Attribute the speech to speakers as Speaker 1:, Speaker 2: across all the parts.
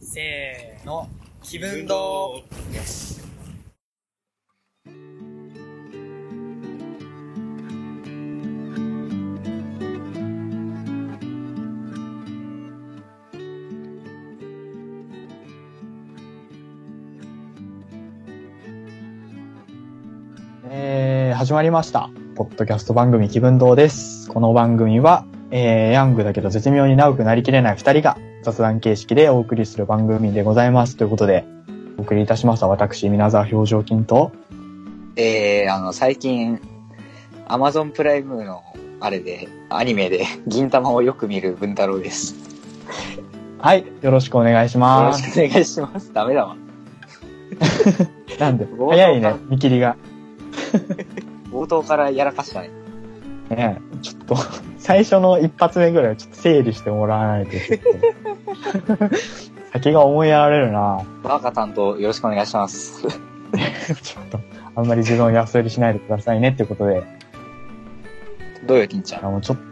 Speaker 1: せーの、気分堂
Speaker 2: えー始まりました。ポッドキャスト番組気分堂です。この番組は、えーヤングだけど絶妙に長くなりきれない二人が雑談形式でお送りする番組でございます。ということで、お送りいたします私、皆沢表情筋と、
Speaker 3: えー、あの、最近、アマゾンプライムの、あれで、アニメで、 銀玉をよく見る文太郎です。よ
Speaker 2: はい、よろしくお願いし
Speaker 3: ろ
Speaker 2: ま
Speaker 3: し
Speaker 2: す。
Speaker 3: くお願いします。ダメだわ。
Speaker 2: なんで、
Speaker 3: 冒頭
Speaker 2: 早いね
Speaker 3: か、
Speaker 2: 見切りが。
Speaker 3: 冒頭からやらかしたね。
Speaker 2: ね、ちょっと、 最初の一発目ぐらいちょっと整理してもらわないと、ちょっと先が思いやられるな
Speaker 3: バーカ担当、よろしくお願いします。
Speaker 2: ちょ っと、あんまり自分を安売りしないでくださいねっていうことで、
Speaker 3: どうよ、金ちゃん。
Speaker 2: あの、ちょっと、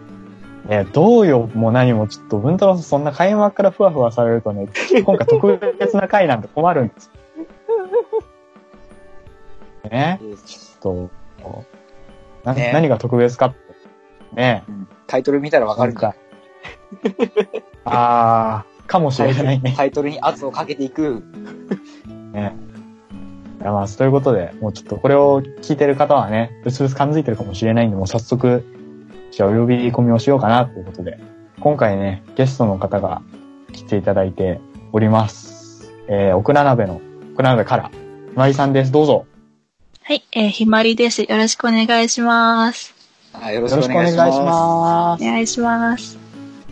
Speaker 2: ね、どうよも何もちょっと、文太郎さんそんな開幕からふわふわされると ね、今回特別な回なんて困るんです。ね、ちょっと、な
Speaker 3: ね
Speaker 2: 何が特別かって。ね、
Speaker 3: うんタイトル見たらわかるか。
Speaker 2: なんか。あー、かもしれないね。
Speaker 3: タイトルに圧をかけていく。
Speaker 2: いやまあ、ということで、もうちょっとこれを聞いてる方はね、うすうす感づいてるかもしれないんで、もう早速、じゃあお呼び込みをしようかなということで、今回ね、ゲストの方が来ていただいております。えー、奥名鍋の、奥名鍋から、ひまりさんです。どうぞ。
Speaker 4: はい、えーひまりです。よろしくお願いします。
Speaker 3: あよろ
Speaker 2: よ
Speaker 3: しくお
Speaker 2: ろしくお願
Speaker 3: 願い
Speaker 2: い
Speaker 3: し
Speaker 2: し
Speaker 3: ま
Speaker 2: ます。
Speaker 4: お願いします。
Speaker 3: す。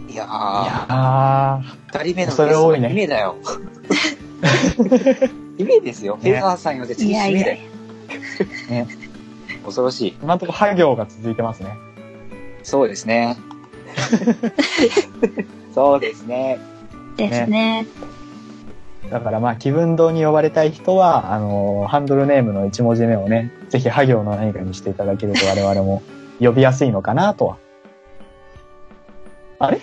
Speaker 3: いや
Speaker 2: い
Speaker 3: ー、
Speaker 2: や
Speaker 3: 二人目の
Speaker 2: 恐れ多いね
Speaker 3: 夢だ よ。夢ですよ。フェザーさんよって次夢だよ。
Speaker 2: ね
Speaker 3: 恐ろしい。
Speaker 2: ー、今のところ、は行が続いてますね。
Speaker 3: そうで すね。そうですね。
Speaker 4: ですね。
Speaker 2: だからまあ、気分堂に呼ばれたい人は、あのーハンドルネームの一文字目をね、ぜひ、は行の何かにしていただけると我々も呼びやすいのかなとは。あれ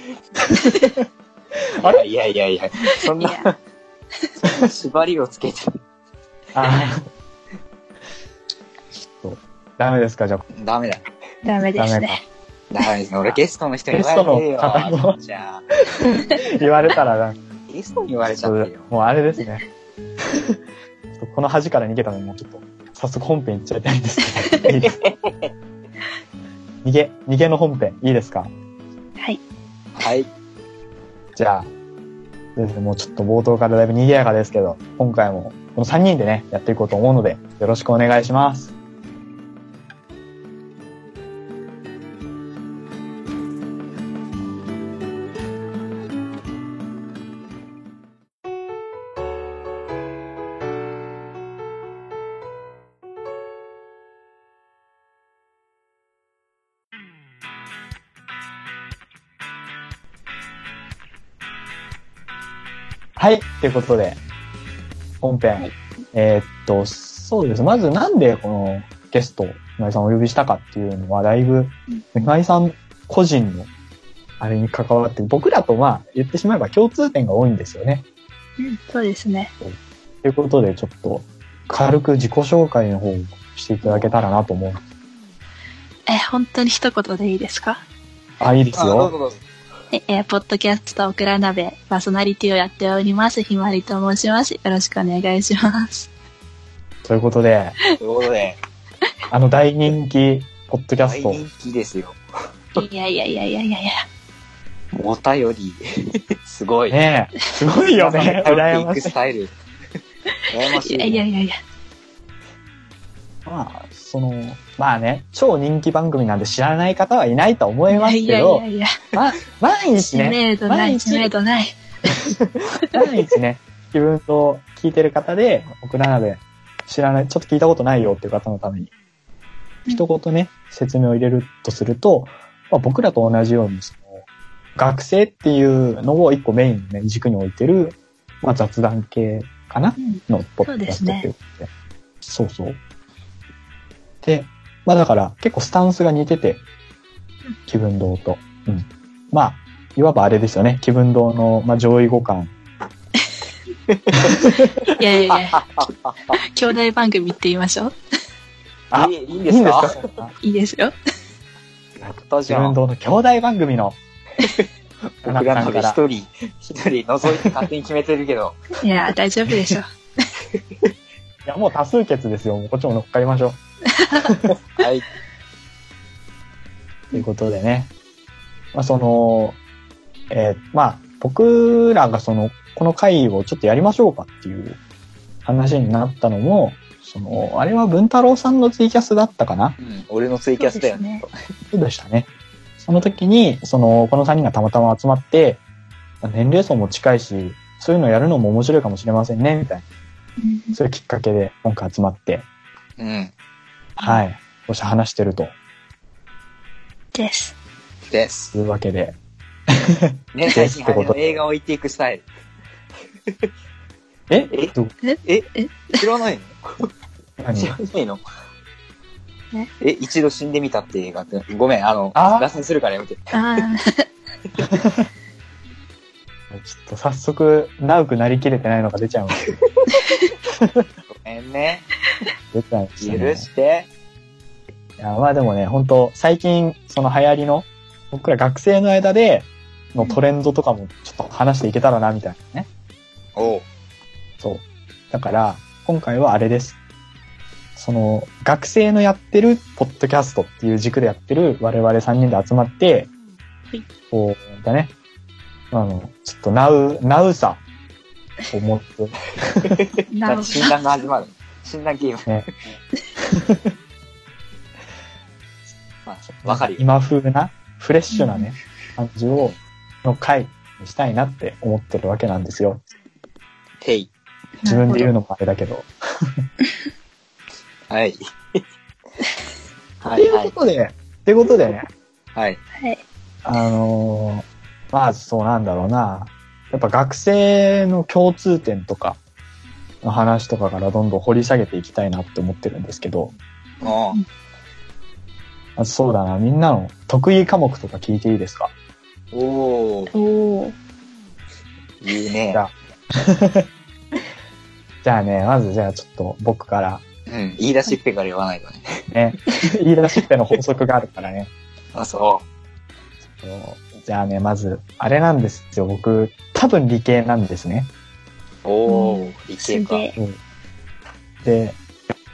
Speaker 2: あれ
Speaker 3: いやいやいや、そん
Speaker 4: い
Speaker 3: な
Speaker 4: や、
Speaker 3: 縛りをつけて。
Speaker 2: あーちょっと、ダメですかじゃあ、
Speaker 3: ダメだ。
Speaker 4: ダメで
Speaker 2: ダ
Speaker 4: す
Speaker 2: メ
Speaker 4: ね
Speaker 2: か。。
Speaker 3: ダメですね。俺ゲストの人に言われて
Speaker 2: ゲ
Speaker 3: よ
Speaker 2: ストの方。の
Speaker 3: じゃあ、
Speaker 2: 言われたらなんか、
Speaker 3: ゲストに言われちゃってよ。
Speaker 2: もうあれですね。 ちょっとこの恥から逃げたので、もうちょっと、早速本編いっちゃいたいんですけど。いいですか逃げ、逃げの本編、いいですか
Speaker 4: はい。
Speaker 3: はい。
Speaker 2: じゃあ、そうですねもうちょっと冒頭からだいぶ賑やかですけど、今回もこの3人でね、やっていこうと思うので、よろしくお願いします。はい、ということで、本編。えーっと、そうです。まずなんでこのゲスト、今井さんをお呼びしたかっていうのは、だいぶ、今井さん個人の、あれに関わって、僕らとまあ、言ってしまえば共通点が多いんですよね。
Speaker 4: うん、そうですね。
Speaker 2: ということで、ちょっと、軽く自己紹介の方をしていただけたらなと思う。
Speaker 4: えー本当に一言でいいですか
Speaker 2: あ、いいです
Speaker 3: あどう
Speaker 2: よ。
Speaker 3: ぞどうぞ。
Speaker 4: はいえーポッドキャストオクラ鍋パーソナリティをやっております。ひまりと申します。よろしくお願いします。
Speaker 2: ということで、
Speaker 3: ということで、
Speaker 2: あの大人気、ポッドキャ
Speaker 3: 大
Speaker 2: スト。
Speaker 3: 人気ですよ。
Speaker 4: いやいやいやいやいやいや。
Speaker 3: お便り、すごい。
Speaker 2: ねえ、すごいよね。
Speaker 3: 皆さん
Speaker 2: 羨
Speaker 3: の取って
Speaker 2: まし
Speaker 3: いく
Speaker 2: い
Speaker 3: ス。タイル。羨ましい
Speaker 4: いや
Speaker 3: ね。
Speaker 4: いやいやいや。
Speaker 2: まあ、その、まあね、超人気番組なんで知らない方はいないと思います
Speaker 4: いや
Speaker 2: け
Speaker 4: い
Speaker 2: ど
Speaker 4: や、いや。
Speaker 2: まあ、万一
Speaker 4: 知
Speaker 2: ね、
Speaker 4: 名度ない、
Speaker 2: 毎日
Speaker 4: 知名度ない。
Speaker 2: 万一ね、自分と聞いてる方で、僕らで知らない、ちょっと聞いたことないよっていう方のために、
Speaker 4: うん
Speaker 2: 一言ね、説明を入れるとすると、まあ、僕らと同じように、その、学生っていうのを一個メインのね、軸に置いてる、まあ雑談系かな
Speaker 4: うん、
Speaker 2: のポッドキャストっていうことで。そうそう。で、まあだから結構スタンスが似てて、気分堂と。うん。まあ、いわばあれですよね。気分堂の、まあ、上位互換
Speaker 4: いやいやいや。兄弟番組って言いましょう。
Speaker 3: あいいいいんです
Speaker 2: い
Speaker 3: か
Speaker 2: いんですか
Speaker 4: いいですよ。
Speaker 3: やったじ
Speaker 2: 自
Speaker 3: ゃ
Speaker 2: 分
Speaker 3: ん。
Speaker 2: 堂の兄弟番組の田
Speaker 3: 僕
Speaker 2: 中
Speaker 3: ら
Speaker 2: さ
Speaker 3: の
Speaker 2: んか
Speaker 3: 一
Speaker 2: ら
Speaker 3: 人、一人覗いて勝手に決めてるけど。
Speaker 4: いや、大丈夫でしょう。
Speaker 2: いやもう多数決ですよもうこっちも乗っかりましょう
Speaker 3: はい。
Speaker 2: ということでね、まあ、その、えーまあ、僕らがその、この会をちょっとやりましょうかっていう話になったのも、その、あれは文太郎さんのツイキャスだったかな
Speaker 3: うん、俺のツイキャスだよね。
Speaker 2: そうでしたね。その時に、その、この3人がたまたま集まって、年齢層も近いし、そういうのやるのも面白いかもしれませんね、みたい
Speaker 4: うん
Speaker 2: な。そういうきっかけで今回集まって、
Speaker 3: うん。
Speaker 2: はい、こうして話してると
Speaker 4: です。
Speaker 3: です。
Speaker 2: いうわけで、
Speaker 3: ね、最近流行りの映画を言っていくスタイル。
Speaker 2: え
Speaker 3: え
Speaker 2: ど
Speaker 3: 知らないの
Speaker 2: 何
Speaker 3: 知らないの
Speaker 4: ね
Speaker 3: え、一度死んでみたって映画って。ごめん、あの、
Speaker 2: あー
Speaker 3: 脱線するからやめて。
Speaker 4: ああ、
Speaker 2: ちょっと早速、長くなりきれてないのが出ちゃうんですけど。
Speaker 3: ごめんね。
Speaker 2: 出ちゃうんです
Speaker 3: 許
Speaker 2: よね。
Speaker 3: して。
Speaker 2: いやまあでもね、本当最近、その流行りの、僕ら学生の間でのトレンドとかもちょっと話していけたらな、みたいなね。
Speaker 3: おう。
Speaker 2: そう。だから、今回はあれです。その、学生のやってる、ポッドキャストっていう軸でやってる我々3人で集まって
Speaker 4: はい、
Speaker 2: こう、だね。あの、ちょっとナウ、ナウさを持って、
Speaker 3: だって
Speaker 4: なるほ
Speaker 3: 診断が始まる。診断ゲーム。 まあ、わかるよ。
Speaker 2: 今風な、フレッシュなね、感じを、の回にしたいなって思ってるわけなんですよ。
Speaker 3: ペイ。
Speaker 2: 自分で言うの
Speaker 4: の。
Speaker 2: もあれだけど。
Speaker 3: はい。
Speaker 2: と
Speaker 3: はいいうはい。
Speaker 2: ことで、ってことでね、
Speaker 3: はい。
Speaker 4: はい。
Speaker 2: あのーまあそうなんだろうな。やっぱ学生の共通点とかの話とかからどんどん掘り下げていきたいなって思ってるんですけど、
Speaker 3: おう
Speaker 2: まずそうだな、みんなの得意科目とか聞いていいですか
Speaker 3: おー
Speaker 4: おお。
Speaker 3: 言うね
Speaker 2: じゃ。あじゃあね、まずじゃあちょっと僕から
Speaker 3: うん。言い出しっぺから言わないとね。
Speaker 2: ね、言い出しっぺの法則があるからね。
Speaker 3: あ、そ
Speaker 2: じゃあね、まず、あれなんですよ。僕、多分理系なんですね。
Speaker 3: う。おー、理
Speaker 4: す
Speaker 3: 系か
Speaker 4: げ。え。
Speaker 2: で、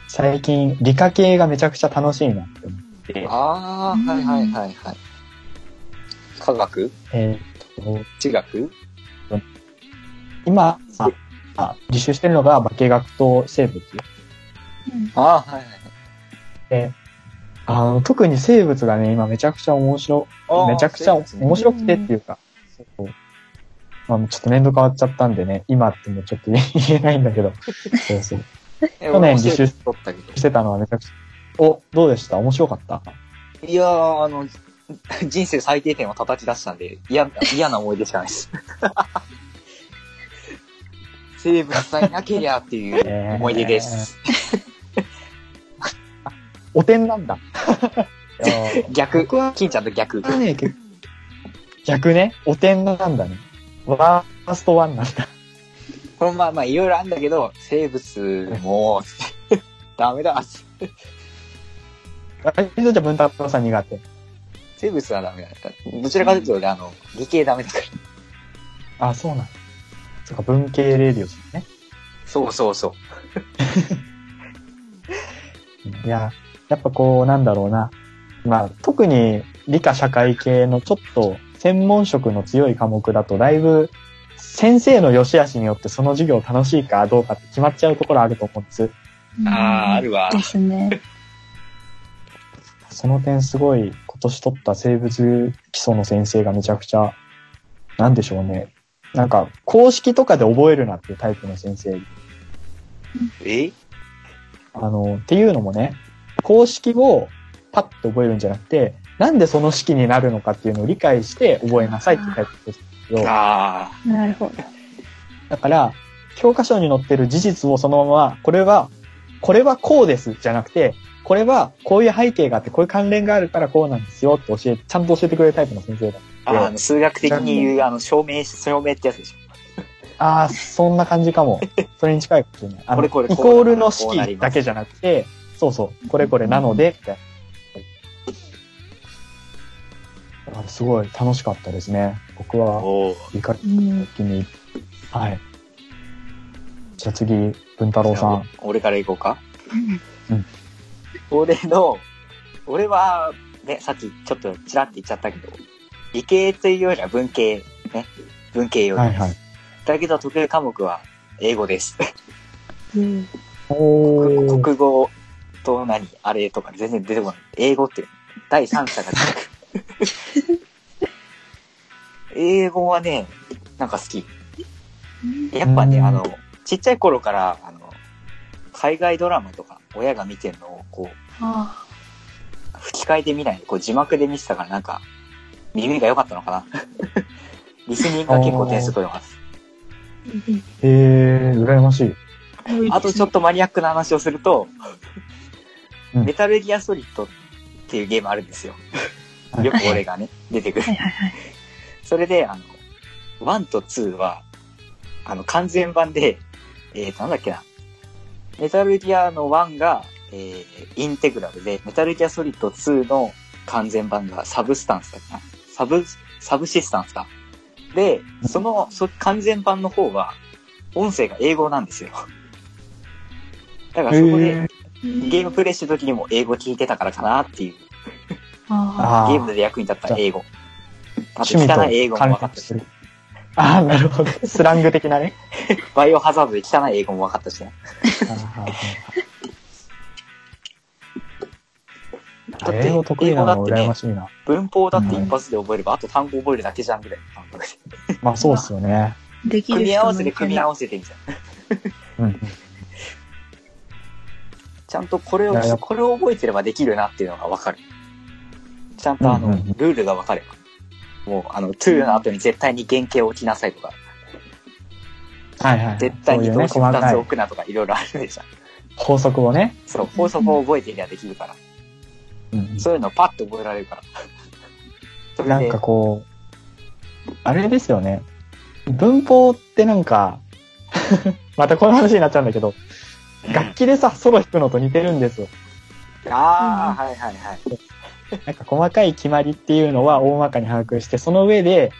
Speaker 2: 最近、理科系がめちゃくちゃ楽しいなって思って、
Speaker 3: あー、はいはいはいはい。科学
Speaker 2: えーっと
Speaker 3: 地学
Speaker 2: 今、ああ履修してるのが化学と生物。
Speaker 4: うん
Speaker 3: あー、はいはい。
Speaker 2: で、あの、特に生物がね、今めちゃくちゃ面白、
Speaker 3: あー
Speaker 2: めちゃくちゃ
Speaker 3: 生物ね
Speaker 2: 面白くてっていうか、そうまあ、ちょっと年度変わっちゃったんでね、今ってもうちょっと言え言えないんだ けど、そうそう。
Speaker 3: え
Speaker 2: 去年
Speaker 3: 俺も
Speaker 2: 履修
Speaker 3: 生物取ったけど。
Speaker 2: してたのはめちゃくちゃ、お、どうでした面白かった
Speaker 3: いやー、あの、 人生最低点を叩き出したんで、嫌、嫌な思い出しかないです。 生物さえなけりゃって いう思い出です。
Speaker 2: お点なんだ。
Speaker 3: 逆。金ちゃんと逆。
Speaker 2: ね、逆逆ね、お点なんだね。ワーストワンなんだ。
Speaker 3: これまあまあいろいろあるんだけど、生物も、 ダメだ。
Speaker 2: あじゃあ文太郎さん苦手。
Speaker 3: 生物はダメだ。どちらかというと、俺あの、理系ダメだから。
Speaker 2: あ、そうなんだ。そっか、文系レディオさんね。
Speaker 3: そうそうそう。
Speaker 2: いや、やっぱこう、なんだろうな。まあ、特に理科社会系のちょっと専門職の強い科目だと、だいぶ先生の良し悪しによってその授業楽しいかどうかって決まっちゃうところあると思うんです。
Speaker 3: あー、あるわ
Speaker 4: で。すね。
Speaker 2: その点すごい今年取った生物基礎の先生がめちゃくちゃ、なんでしょうね。なんか、公式とかで覚えるなっていうタイプの先生。
Speaker 3: え
Speaker 2: あの、っていうのもね、公式をパッと覚えるんじゃなくて、なんでその式になるのかっていうのを理解して覚えなさいってタイプですよ。
Speaker 3: あ
Speaker 4: なるほど。
Speaker 2: だから、教科書に載ってる事実をそのまま、これは、これはこうですじゃなくて、これはこういう背景があって、こういう関連があるからこうなんですよって教え、ちゃんと教えてくれるタイプの先生だ
Speaker 3: あ。あの、数学的に言う、あの、証明、証明ってやつでしょ。
Speaker 2: ああ、そんな感じか も。それに近いかもしれない。あの
Speaker 3: これこれこう
Speaker 2: イコールの
Speaker 3: こうなり
Speaker 2: 式
Speaker 3: ます
Speaker 2: だけじゃなくて、そうそう、これこれなので、みたいな。だからすごい楽しかったですね。僕は、
Speaker 3: おー
Speaker 2: 理解
Speaker 4: うん。
Speaker 2: 的に。はい。じゃあ次、文太郎さん。
Speaker 3: 俺から行こうか。
Speaker 2: うん
Speaker 3: 俺の、俺は、ね、さっきちょっとちらって言っちゃったけど、理系というよりは文系、ね、文系より
Speaker 2: は
Speaker 3: で
Speaker 2: い
Speaker 3: す。
Speaker 2: はい。
Speaker 3: だけど得意科目は英語です。
Speaker 4: うん。
Speaker 2: お
Speaker 3: 国
Speaker 2: ー。
Speaker 3: 国語と何あれとか全然出てこない。英語って、第三者が出てくる英語はね、なんか好き。やっぱね、
Speaker 2: うん
Speaker 3: あの、ちっちゃい頃から、あの、海外ドラマとか、親が見てるのを、こう、
Speaker 4: あ
Speaker 3: 吹き替えて見ないで、こう、字幕で見てたから、なんか、耳が良かったのかな。 リスニングが結構点数取れます。
Speaker 4: ーうん
Speaker 2: えー、羨ましい。
Speaker 4: うん
Speaker 3: あとちょっとマニアックな話をすると、
Speaker 2: うん
Speaker 3: メタルギアソリッドっていうゲームあるんですよ。
Speaker 2: はい
Speaker 3: よく俺がね、出てくる
Speaker 4: はい。はいはい。
Speaker 3: それで、あの、1と2は、あの、完全版で、えーと、なんだっけな。メタルギアの1が、えー、インテグラルで、メタルギアソリッド2の完全版がサブスタンスだっけな。サブ、サブシスタンスか。で、その、そ完全版の方は、音声が英語なんですよ。だからそ
Speaker 2: へ
Speaker 3: こで、ゲーム
Speaker 4: ム。
Speaker 3: プレイしてる時にも英語聞いてたからかなっていう、
Speaker 4: あ
Speaker 2: あ
Speaker 3: ゲ
Speaker 2: ー
Speaker 3: ームで役に立った英語。あ
Speaker 2: 趣
Speaker 3: と、
Speaker 2: 味と
Speaker 3: 汚い英語も分かったし
Speaker 2: 関連して。る。ああ、なるほど。 スラング的なね。
Speaker 3: バイオハザードで汚い英語も分かったしね。だって
Speaker 2: 英語得意なの
Speaker 3: 英語だってね
Speaker 2: 羨ましいな。
Speaker 3: 文法だって一発で覚えれば、あと単語覚えるだけじゃんぐら いの感覚で。
Speaker 2: まあそうっすよ ね。
Speaker 4: あ。できる
Speaker 3: 組み合わせて組み合
Speaker 4: わ
Speaker 3: わせてみたいな。
Speaker 2: うん。
Speaker 3: ちゃんとこれ
Speaker 2: いやいや
Speaker 3: を、これを覚えてればできるなっていうのが分かる。ちゃんとあの、
Speaker 2: うんうんうん
Speaker 3: ルールが分かれば。もう、あの、to の後に絶対に原型を置きなさいとか、
Speaker 2: はいはい。
Speaker 3: 絶対に
Speaker 2: そういう
Speaker 3: 動
Speaker 2: ね、
Speaker 3: 詞
Speaker 2: 細
Speaker 3: 2
Speaker 2: か
Speaker 3: つ置
Speaker 2: い
Speaker 3: くなとかいろいろあるでしょ。
Speaker 2: 法則をね。
Speaker 3: そう、法則を覚えていりゃできるから。
Speaker 2: うん
Speaker 3: そういうのをパッと覚えられるから。それ
Speaker 2: なん
Speaker 3: で
Speaker 2: か、こう、あれですよね。文法ってなんか、 またこの話になっちゃうんだけど、楽器でさ、ソロ弾くのと似てるんですよ。
Speaker 3: ああ、はいはいはい。
Speaker 2: なんか細かい決まりっていうのは大まかに把握して、その上で、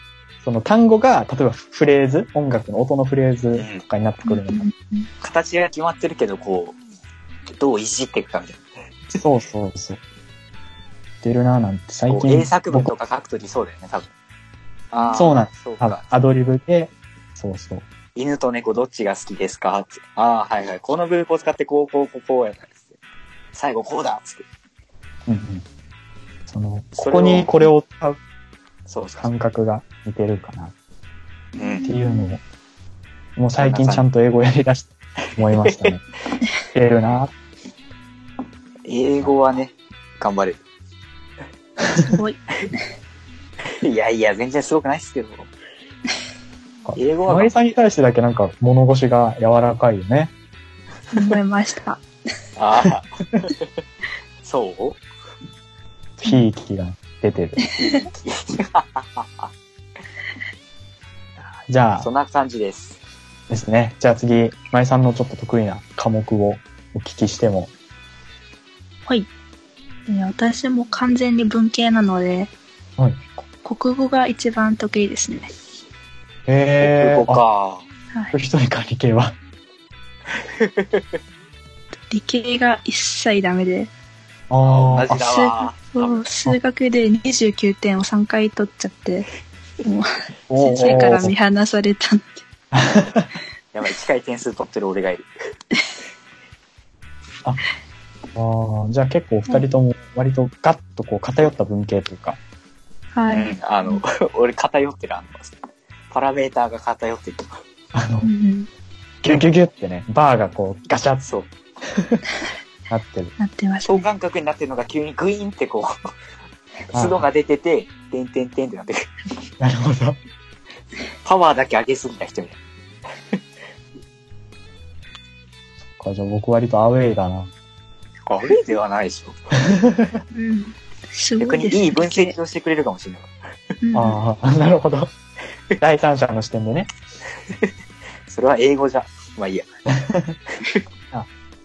Speaker 2: その単語が、例えばフレーズ、音楽の音のフレーズとかになってくるのか
Speaker 3: 形が決まってるけど、こう、どういじっていくかみたいな。
Speaker 2: そうそうそう。出るなぁなんて最
Speaker 3: こう
Speaker 2: 近。
Speaker 3: 英作文と
Speaker 2: 僕
Speaker 3: か書くときそうだよね、多分。あー
Speaker 2: そうなんで
Speaker 3: そう
Speaker 2: あ
Speaker 3: か。
Speaker 2: アドリブで、そうそう。
Speaker 3: 犬と猫どっちが好きですかって。ああ、はいはい。この文法使ってこう、こう、こう、こうやったりして。最後こうだっつって。
Speaker 2: うんうん。その、こ
Speaker 3: それを
Speaker 2: こにこれを使う
Speaker 3: そうそう。
Speaker 2: 感覚が似てるかなって
Speaker 3: うん。
Speaker 2: いうのを、もう最近ちゃんと英語やりだして思いました ね。出るなぁ。
Speaker 3: 英語はね、頑張れ
Speaker 4: せ。すごい。
Speaker 3: る。いやいや、全然すごくないっ すけど。英語は
Speaker 2: まりさんに対してだけなんか物腰が柔らかいよね。
Speaker 4: 思いました。
Speaker 3: ああ。そう
Speaker 2: ひいきが出てる。じゃ
Speaker 3: そ
Speaker 2: あ
Speaker 3: んな感じです。
Speaker 2: ですね。じゃあ次、まりさんのちょっと得意な科目をお聞きしても。
Speaker 4: はい。えー私も完全に文系なので、
Speaker 2: はい
Speaker 4: こ国語が一番得意ですね。
Speaker 2: へ
Speaker 3: 英
Speaker 2: ー
Speaker 3: 語。か。
Speaker 4: はい。
Speaker 2: 一人か理系は。
Speaker 4: 理系が一切ダメで、
Speaker 2: あ
Speaker 3: 同じだわ。
Speaker 4: そう数学で29点を3回取っちゃって、
Speaker 2: おー
Speaker 4: 先生から見放されたんで。
Speaker 3: やばい、近い点数取ってる俺がいる。
Speaker 2: あーじゃあ結構お二人とも割とガッとこう偏った文系というか。
Speaker 4: は
Speaker 3: う
Speaker 4: い。
Speaker 3: んあの、 俺偏ってる、あの、パラメーターが偏ってる。
Speaker 2: あの
Speaker 4: う、ん、
Speaker 2: ギュギュギュってね、バーがこうガシャッ
Speaker 3: そう。
Speaker 2: となってる。
Speaker 4: なってました
Speaker 3: 等間隔になってるのが急にグイーンってこう、
Speaker 2: あー
Speaker 3: 角が出てて、てんてんてんってなってる。
Speaker 2: なるほど。
Speaker 3: パワーだけ上げすぎた人みたい
Speaker 2: これじゃあ僕割とアウェイだな。
Speaker 3: な。あれではないでしょ。
Speaker 4: うん。すご
Speaker 3: 逆
Speaker 4: い
Speaker 3: に
Speaker 4: ですね。
Speaker 3: いい分析をしてくれるかもしれない。
Speaker 4: うん
Speaker 2: ああ、なるほど。第三者の視点でね。
Speaker 3: それは英語じゃ。まあいいや。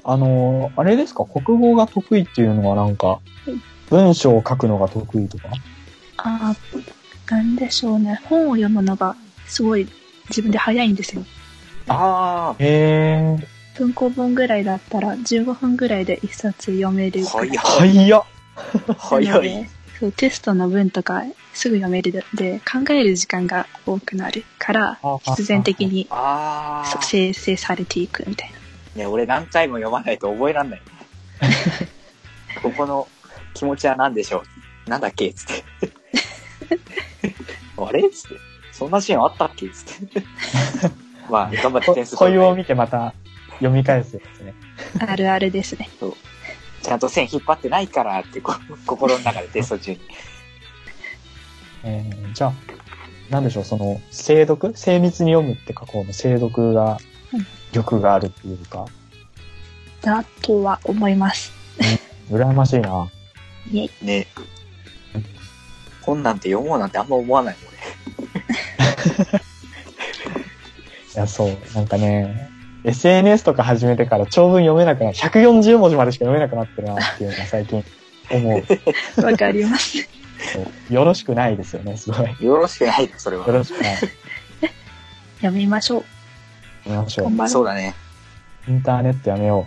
Speaker 2: あのーあれですか、国語が得意っていうのはなんか、文章を書くのが得意とか。
Speaker 4: ああ、なんでしょうね。本を読むのがすごい自分で早いんですよ。
Speaker 3: あ
Speaker 2: へえ。
Speaker 4: 文庫本ぐらいだったら15分ぐらいで一冊読める
Speaker 3: ー、
Speaker 4: くらい
Speaker 3: 早い。
Speaker 2: 早っ
Speaker 4: なの
Speaker 3: 早
Speaker 4: で
Speaker 3: い。
Speaker 4: そうテストの文とかすぐ読めるので考える時間が多くなるから必然的。に
Speaker 3: あ
Speaker 4: そう
Speaker 3: あ。
Speaker 4: 生成されていくみたいな
Speaker 3: ね、俺何回も読まないと覚えらんない。ここの気持ちは何でしょうなんだっけつって。 あれつって。そんなシーンあったっけつって。 まあ、頑張って
Speaker 2: こ
Speaker 3: 点数
Speaker 2: こうい
Speaker 3: 取る
Speaker 2: う
Speaker 3: ね
Speaker 2: を見てまた読み返すやつね。
Speaker 4: あるあるですね
Speaker 3: ちゃんと線引っ張ってないからってこ心の中でテスト中に。
Speaker 2: えー、じゃあ、なんでしょう、その、精読精密に読むって書こうの精読が
Speaker 4: うん、
Speaker 2: 力があるっていうか、
Speaker 4: だとは思います
Speaker 2: 羨ましいな。
Speaker 4: イエイ
Speaker 3: ね本なんて読もうなんてあんま思わないもんね。
Speaker 2: いや、そう、なんかね、SNS とか始めてから長文読めなくなる。140文字までしか読めなくなってるなっていうのが最近思う。
Speaker 4: わかります
Speaker 2: そうよろしくないですよね、すごい。よ
Speaker 3: よろしくないよ、それは。
Speaker 2: ろしくない。
Speaker 4: 読みましょう
Speaker 2: やめましょ
Speaker 4: 頑張ろ
Speaker 3: そうだね。
Speaker 2: う。インターネットやめよ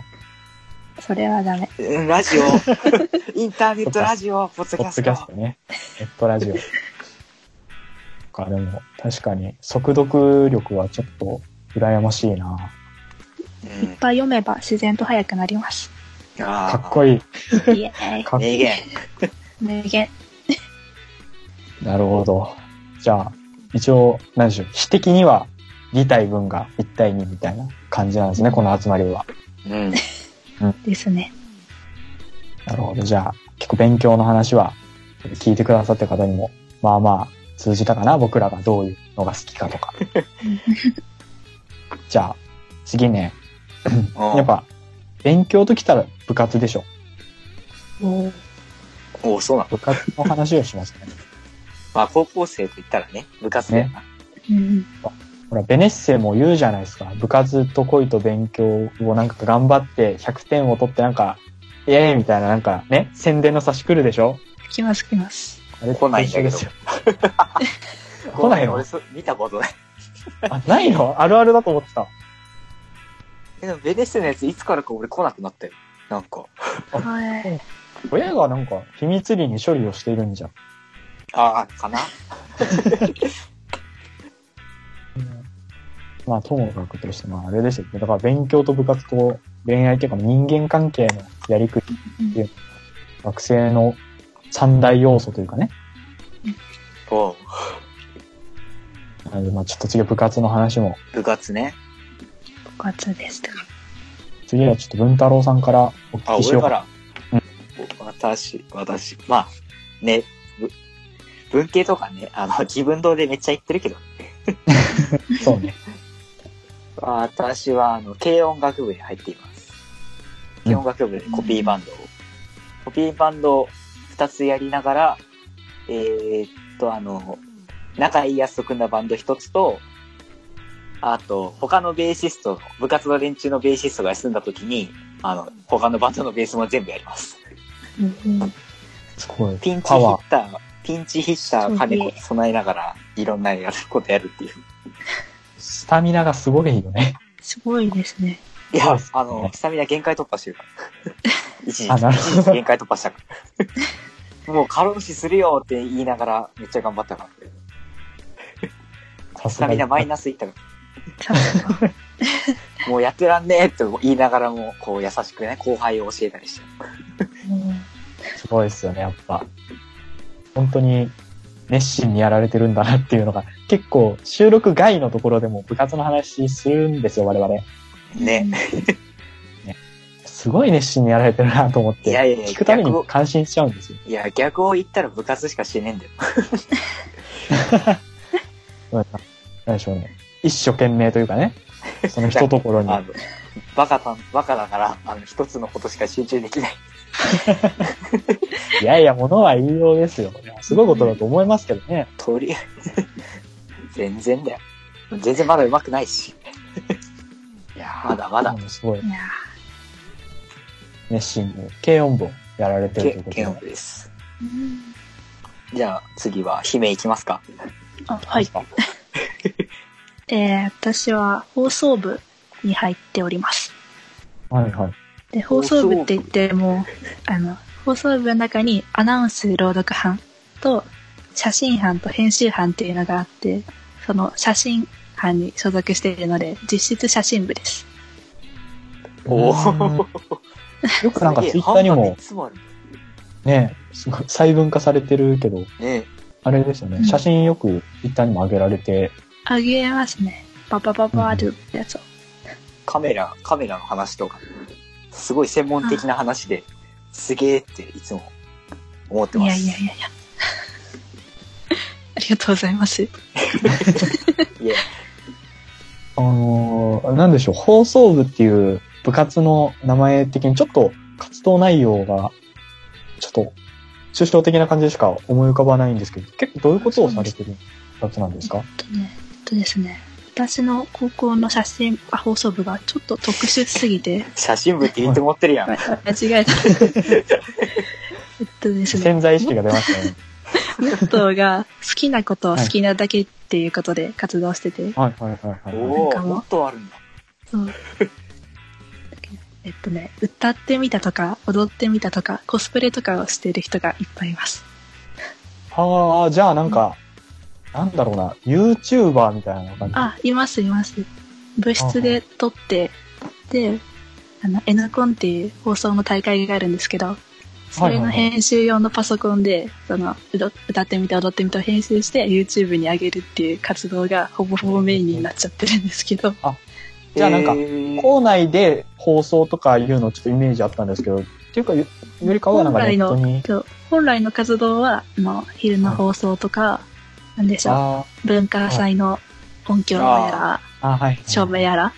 Speaker 4: うそれはダメ
Speaker 3: うん ラジオ。インターネットラジオ、ポッ
Speaker 2: う。
Speaker 3: ド
Speaker 2: ポ
Speaker 3: キャ
Speaker 2: ッド
Speaker 3: ス
Speaker 2: キャス
Speaker 3: ト
Speaker 2: ト。ね。ネットラジオ。か、でも、確かに、速読力はちょっと、羨ましいな。
Speaker 3: う
Speaker 4: いっぱい読めば自然と早くなります
Speaker 3: ん、あ
Speaker 2: かっこ
Speaker 3: いい。
Speaker 2: いい。
Speaker 4: イエーイ
Speaker 2: かっ
Speaker 3: 名言。
Speaker 4: 無限
Speaker 2: なるほど。じゃあ、一応、何でしょう。比的には、2対軍が1対2みたいな感じなんですね、この集まりは。
Speaker 3: うん。
Speaker 4: ですね
Speaker 2: なるほど。じゃあ、結構勉強の話は、聞いてくださってる方にも、まあまあ、通じたかな僕らがどういうのが好きかと か。じゃあ、次ね。やっぱ、勉強ときたら部活でしょ。
Speaker 4: おー
Speaker 3: おお、そうなの。
Speaker 2: 部活の話をしますね。
Speaker 3: まあ、高校生と言ったらね、部活だよな。
Speaker 4: うん
Speaker 2: ほら、ベネッセも言うじゃないですか。部活と恋と勉強をなんか頑張って100点を取ってなんか、イエーイみたいななんかね、宣伝の差し来るでしょ
Speaker 4: きますきます
Speaker 2: あれ
Speaker 3: 来ないんだけど
Speaker 2: と一緒 ですよ来ないの
Speaker 3: 俺そ見たことない。
Speaker 2: あ、ないのあるあるだと思ってた。
Speaker 3: でも、ベネッセのやつ、いつからか俺来なくなったよ。なんか。
Speaker 4: はい
Speaker 2: 親がなんか秘密裏に処理をしているんじゃん。
Speaker 3: ああ、かな
Speaker 2: まあ、ともかくとして、まあ、あれですよね。だから勉強と部活と恋愛というか人間関係のやりくり、
Speaker 4: うん
Speaker 2: 学生の三大要素というかね。
Speaker 3: おう
Speaker 2: なので、まあ、ちょっと次は部活の話も、
Speaker 3: 部活ね。
Speaker 4: 部活ですとか
Speaker 2: 次はちょっと文太郎さんからお
Speaker 3: あ、
Speaker 2: 聞きしよ
Speaker 3: 俺
Speaker 2: うか
Speaker 3: か
Speaker 2: な。
Speaker 3: ら。私、私、まあ、ね、ぶ文系とかね、あの、 気分堂でめっちゃ言ってるけど、
Speaker 2: そうね。
Speaker 3: 私は、あの、軽音楽部に入っています。
Speaker 2: うん
Speaker 3: 軽音楽部でコピーバンドを。コピーバンドを2つやりながら、えーっと、あの、仲いいやつと組んだバンド1つと、あと、他のベーシスト、部活の連中のベーシストが休んだ時に、あの、他のバンドのベースも全部やります。
Speaker 4: うんうん
Speaker 2: すごい。
Speaker 3: ピンチヒ
Speaker 2: パワー
Speaker 3: ッ。ター、ピンチヒッター、金子
Speaker 4: すげえ
Speaker 3: 備えながら、いろんなやることやるっていう。
Speaker 2: スタミナがすごいよね。
Speaker 4: すごいですね
Speaker 3: い
Speaker 2: そう
Speaker 3: や
Speaker 2: で、すね
Speaker 3: あの、スタミナ限界突破し てるから。一時期、
Speaker 2: あなるほど
Speaker 3: 一時期限界突破したから。もう過労死するよって言いながら、めっちゃ頑張ったから。
Speaker 2: さ
Speaker 3: ス
Speaker 2: す
Speaker 3: タ
Speaker 2: が
Speaker 3: ミ
Speaker 2: に
Speaker 3: ナマイナスいったか
Speaker 4: さすが
Speaker 3: ら、もうやってらんねえって言いながらも、こう優しくね、後輩を教えたりして。
Speaker 4: うん
Speaker 2: すごいですよね、やっぱ。本当に熱心にやられてるんだなっていうのが、結構収録外のところでも部活の話するんですよ、我々。
Speaker 3: ね。
Speaker 2: すごい熱心にやられてるなと思って、
Speaker 3: いやいやいや
Speaker 2: 聞くため
Speaker 3: 逆を
Speaker 2: に感心しちゃうんですよ。
Speaker 3: いや、逆を言ったら部活しかしてねえんだよ。
Speaker 2: なんかなんでしょうね。一生懸命というか ね、その一ところに。
Speaker 3: あの、バカた、バカだから、あの、一つのことしか集中できない。
Speaker 2: いやいや、ものは言いようですよ。すごいことだと思いますけどね。
Speaker 3: とりあえず、全然だよ。全然まだ上手くないし。まだまだ。
Speaker 2: うんすごい
Speaker 4: い。や
Speaker 2: 熱心に、軽音部やられてると
Speaker 3: け
Speaker 2: いうこと
Speaker 3: け
Speaker 2: で
Speaker 3: ん。です。
Speaker 4: ーうん
Speaker 3: じゃあ次は姫いきますか。
Speaker 4: あはい。 えー、私は放送部に入っております。
Speaker 2: はいはい。
Speaker 4: で、放送部って言っても、あの、放送部の中にアナウンス朗読班と写真班と編集班っていうのがあって、その写真班に所属しているので、実質写真部です。
Speaker 3: お
Speaker 2: うん
Speaker 3: お。
Speaker 2: よくなんかツイッターに
Speaker 3: 半端
Speaker 2: も
Speaker 3: いつもある
Speaker 2: ね、すごい細分化されてるけど、
Speaker 3: ね
Speaker 2: あれですよ
Speaker 4: う
Speaker 2: ね。
Speaker 4: ん
Speaker 2: 写真よくツイッターにも上げられて、
Speaker 4: あげますね。パパパパールってやつを。
Speaker 3: カメラ、カメラの話とか、すごい専門的な話で、すげえっていつも思って
Speaker 4: い
Speaker 3: ま
Speaker 4: や
Speaker 3: す。
Speaker 4: いやいやいや。 ありがとうございます。
Speaker 3: いや。
Speaker 2: あのーなんでしょう、放送部っていう部活の名前的にちょっと活動内容が、ちょっと抽象的な感じでしか思い浮かばないんですけど、結構どういうことをされてる部活なんですか
Speaker 4: えっとね、えっとですね、私の高校の写真、あ、放送部がちょっと特殊すぎて、
Speaker 3: 写真部って言って持ってるやん。
Speaker 4: 間違えた。えっとですね、
Speaker 2: 潜在意識が出ましたね。
Speaker 4: ムットーが好きなことを好きなだけっていうことで活動してて、
Speaker 2: はいはいはいはいはい。
Speaker 3: お
Speaker 4: な
Speaker 3: お、
Speaker 4: んかもう
Speaker 3: もっとあるんだ。
Speaker 4: そう。えっとね、歌ってみたとか、踊ってみたとか、コスプレとかをしている人がいっぱいいます。
Speaker 2: ああ、じゃあなんか、なんだろうな、YouTuber みたいな感じ。
Speaker 4: あ、いますいます。部室で撮って、で、あの、N コンっていう放送の大会があるんですけど、それの編集用のパソコンで、その、うど歌ってみて踊ってみてを編集して YouTube に上げるっていう活動がほぼほぼメインになっちゃってるんですけど、
Speaker 2: じゃあなんか
Speaker 3: えー
Speaker 2: 校内で放送とかいうのちょっとイメージあったんですけど、っていうか、よよりかはなんかネットに。
Speaker 4: そう本来の活動は、あの、昼の放送とか、なんでしょう、
Speaker 2: あ
Speaker 4: 文化祭の音響やら、
Speaker 2: ーあ、はい。
Speaker 4: 照明やら、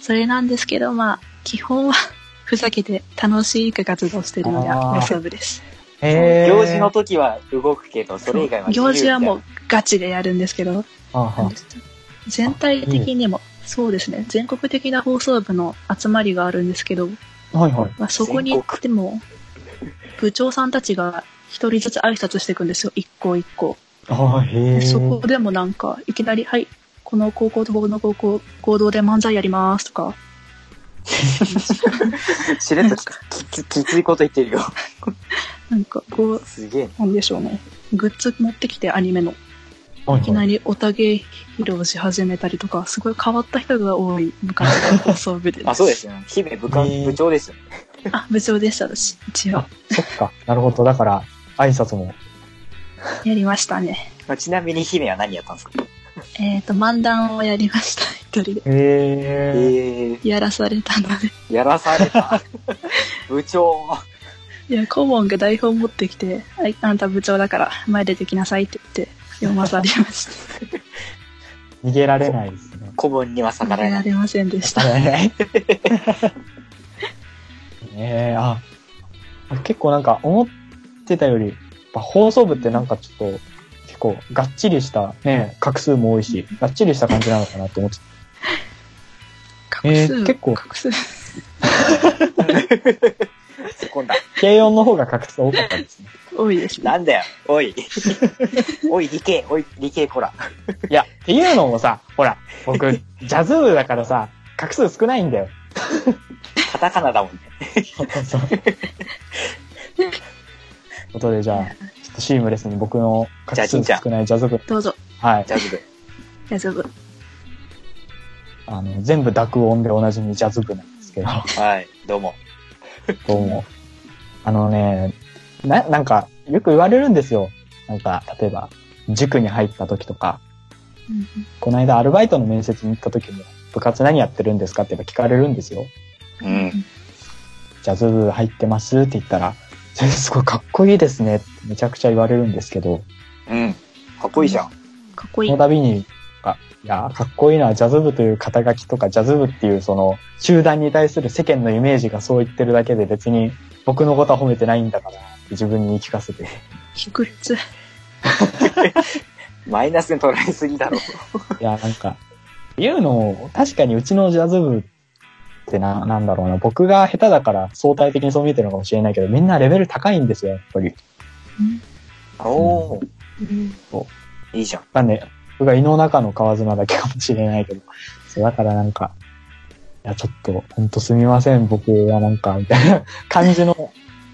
Speaker 4: それなんですけど、まあ、基本は ふざけて楽しい活動してるのが
Speaker 2: あー
Speaker 4: 放送部です。
Speaker 2: へー
Speaker 3: 行事の時は動くけど、それ以外は自由
Speaker 4: 行事はも
Speaker 3: み
Speaker 4: うガチでやるんですけど、
Speaker 2: あーは
Speaker 4: 全体的にも、そうですね、全国的な放送部の集まりがあるんですけど、
Speaker 2: はいはい。
Speaker 4: まあ、そこに行っても、部長さんたちが一人ずつ挨拶していくんですよ、一個一個。
Speaker 2: ああ、へえ。
Speaker 4: そこでもなんか、いきなり、はい、この高校とこの高校合同で漫才やりますとか、
Speaker 3: たいなしれっときききついこと言ってるよ。
Speaker 4: なんかこう、
Speaker 3: すげえ。
Speaker 4: なんでしょうね。グッズ持ってきてアニメの。
Speaker 2: はい
Speaker 4: いきなりおたげ披露し始めたりとか、すごい変わった人が多い部活の放送部です。
Speaker 3: あ、そうですよね。姫部官
Speaker 2: えー
Speaker 3: 部長ですよね。
Speaker 4: あ、部長でした、私。一応
Speaker 2: あ。そっか。なるほど。だから、挨拶も。
Speaker 4: やりましたね。
Speaker 3: まあちなみに姫は何やったんですか
Speaker 4: えっ、と、漫談をやりました、一人で。
Speaker 3: え
Speaker 2: へえ。
Speaker 3: ー、
Speaker 4: やらされたので。
Speaker 3: やらされた。部長。
Speaker 4: いや、顧問が台本持ってきて、はい、あんた部長だから前出てきなさいって言って読まされました。
Speaker 2: 逃げられないですね。
Speaker 3: 顧問には逆
Speaker 4: や
Speaker 3: らえな
Speaker 4: ら
Speaker 3: い。
Speaker 4: れませんでした。
Speaker 2: ね え、あ。結構なんか、思ってたより、やっぱ放送部ってなんかちょっと、結構、がっちりした、ね、画数も多いし、がっちりした感じなのかなって思ってた。
Speaker 4: 画
Speaker 2: え
Speaker 4: 数、
Speaker 2: ー結構
Speaker 4: 画数。
Speaker 3: 突っ込んだ。
Speaker 2: 軽音の方が画数多かったですね。
Speaker 4: 多いですね。
Speaker 3: なんだよ。おい。おい、理系、おい、理系こら。
Speaker 2: いや、っていうのもさ、ほら、 僕、ジャズ部だからさ、画数少ないんだよ。
Speaker 3: カタカナだもんね。
Speaker 2: そう。ということで、じゃあ、ちょっとシームレスに僕の画数少ないジャズ部。
Speaker 4: どうぞ、
Speaker 2: はい。
Speaker 3: ジャズ部。
Speaker 4: 大丈夫。
Speaker 2: あの、全部濁音でおなじみジャズ部なんですけど、
Speaker 3: はい、どうも。
Speaker 2: どうも。あのね、な、なんか、よく言われるんですよ。なんか、例えば、塾に入った時とか、
Speaker 4: うんうん
Speaker 2: この間アルバイトの面接に行った時も、部活何やってるんですかってやっぱ聞かれるんですよ。
Speaker 3: うん。
Speaker 2: ジャズ部入ってますって言ったら、それすごいかっこいいですねってめちゃくちゃ言われるんですけど、
Speaker 3: うん。かっこいいじゃん。
Speaker 4: かっこい
Speaker 2: そ
Speaker 4: い
Speaker 2: の。度に、あいや、かっこいいのはジャズ部という肩書きとか、ジャズ部っていうその、集団に対する世間のイメージがそう言ってるだけで別に僕のことは褒めてないんだから、自分に言い聞かせて。
Speaker 4: 卑屈。
Speaker 3: マイナスに捉えすぎだろ。
Speaker 2: いや、なんか、言うのも、確かにうちのジャズ部ってな、なんだろうな。僕が下手だから相対的にそう見えてるのかもしれないけど、みんなレベル高いんですよ、やっぱり。
Speaker 3: おー、
Speaker 4: うん
Speaker 3: いいじゃん。
Speaker 2: なんで、僕が胃の中の川綱だけかもしれないけど。そう、だからなんか、いや、ちょっと、ほんとすみません、僕はなんか、みたいな感じの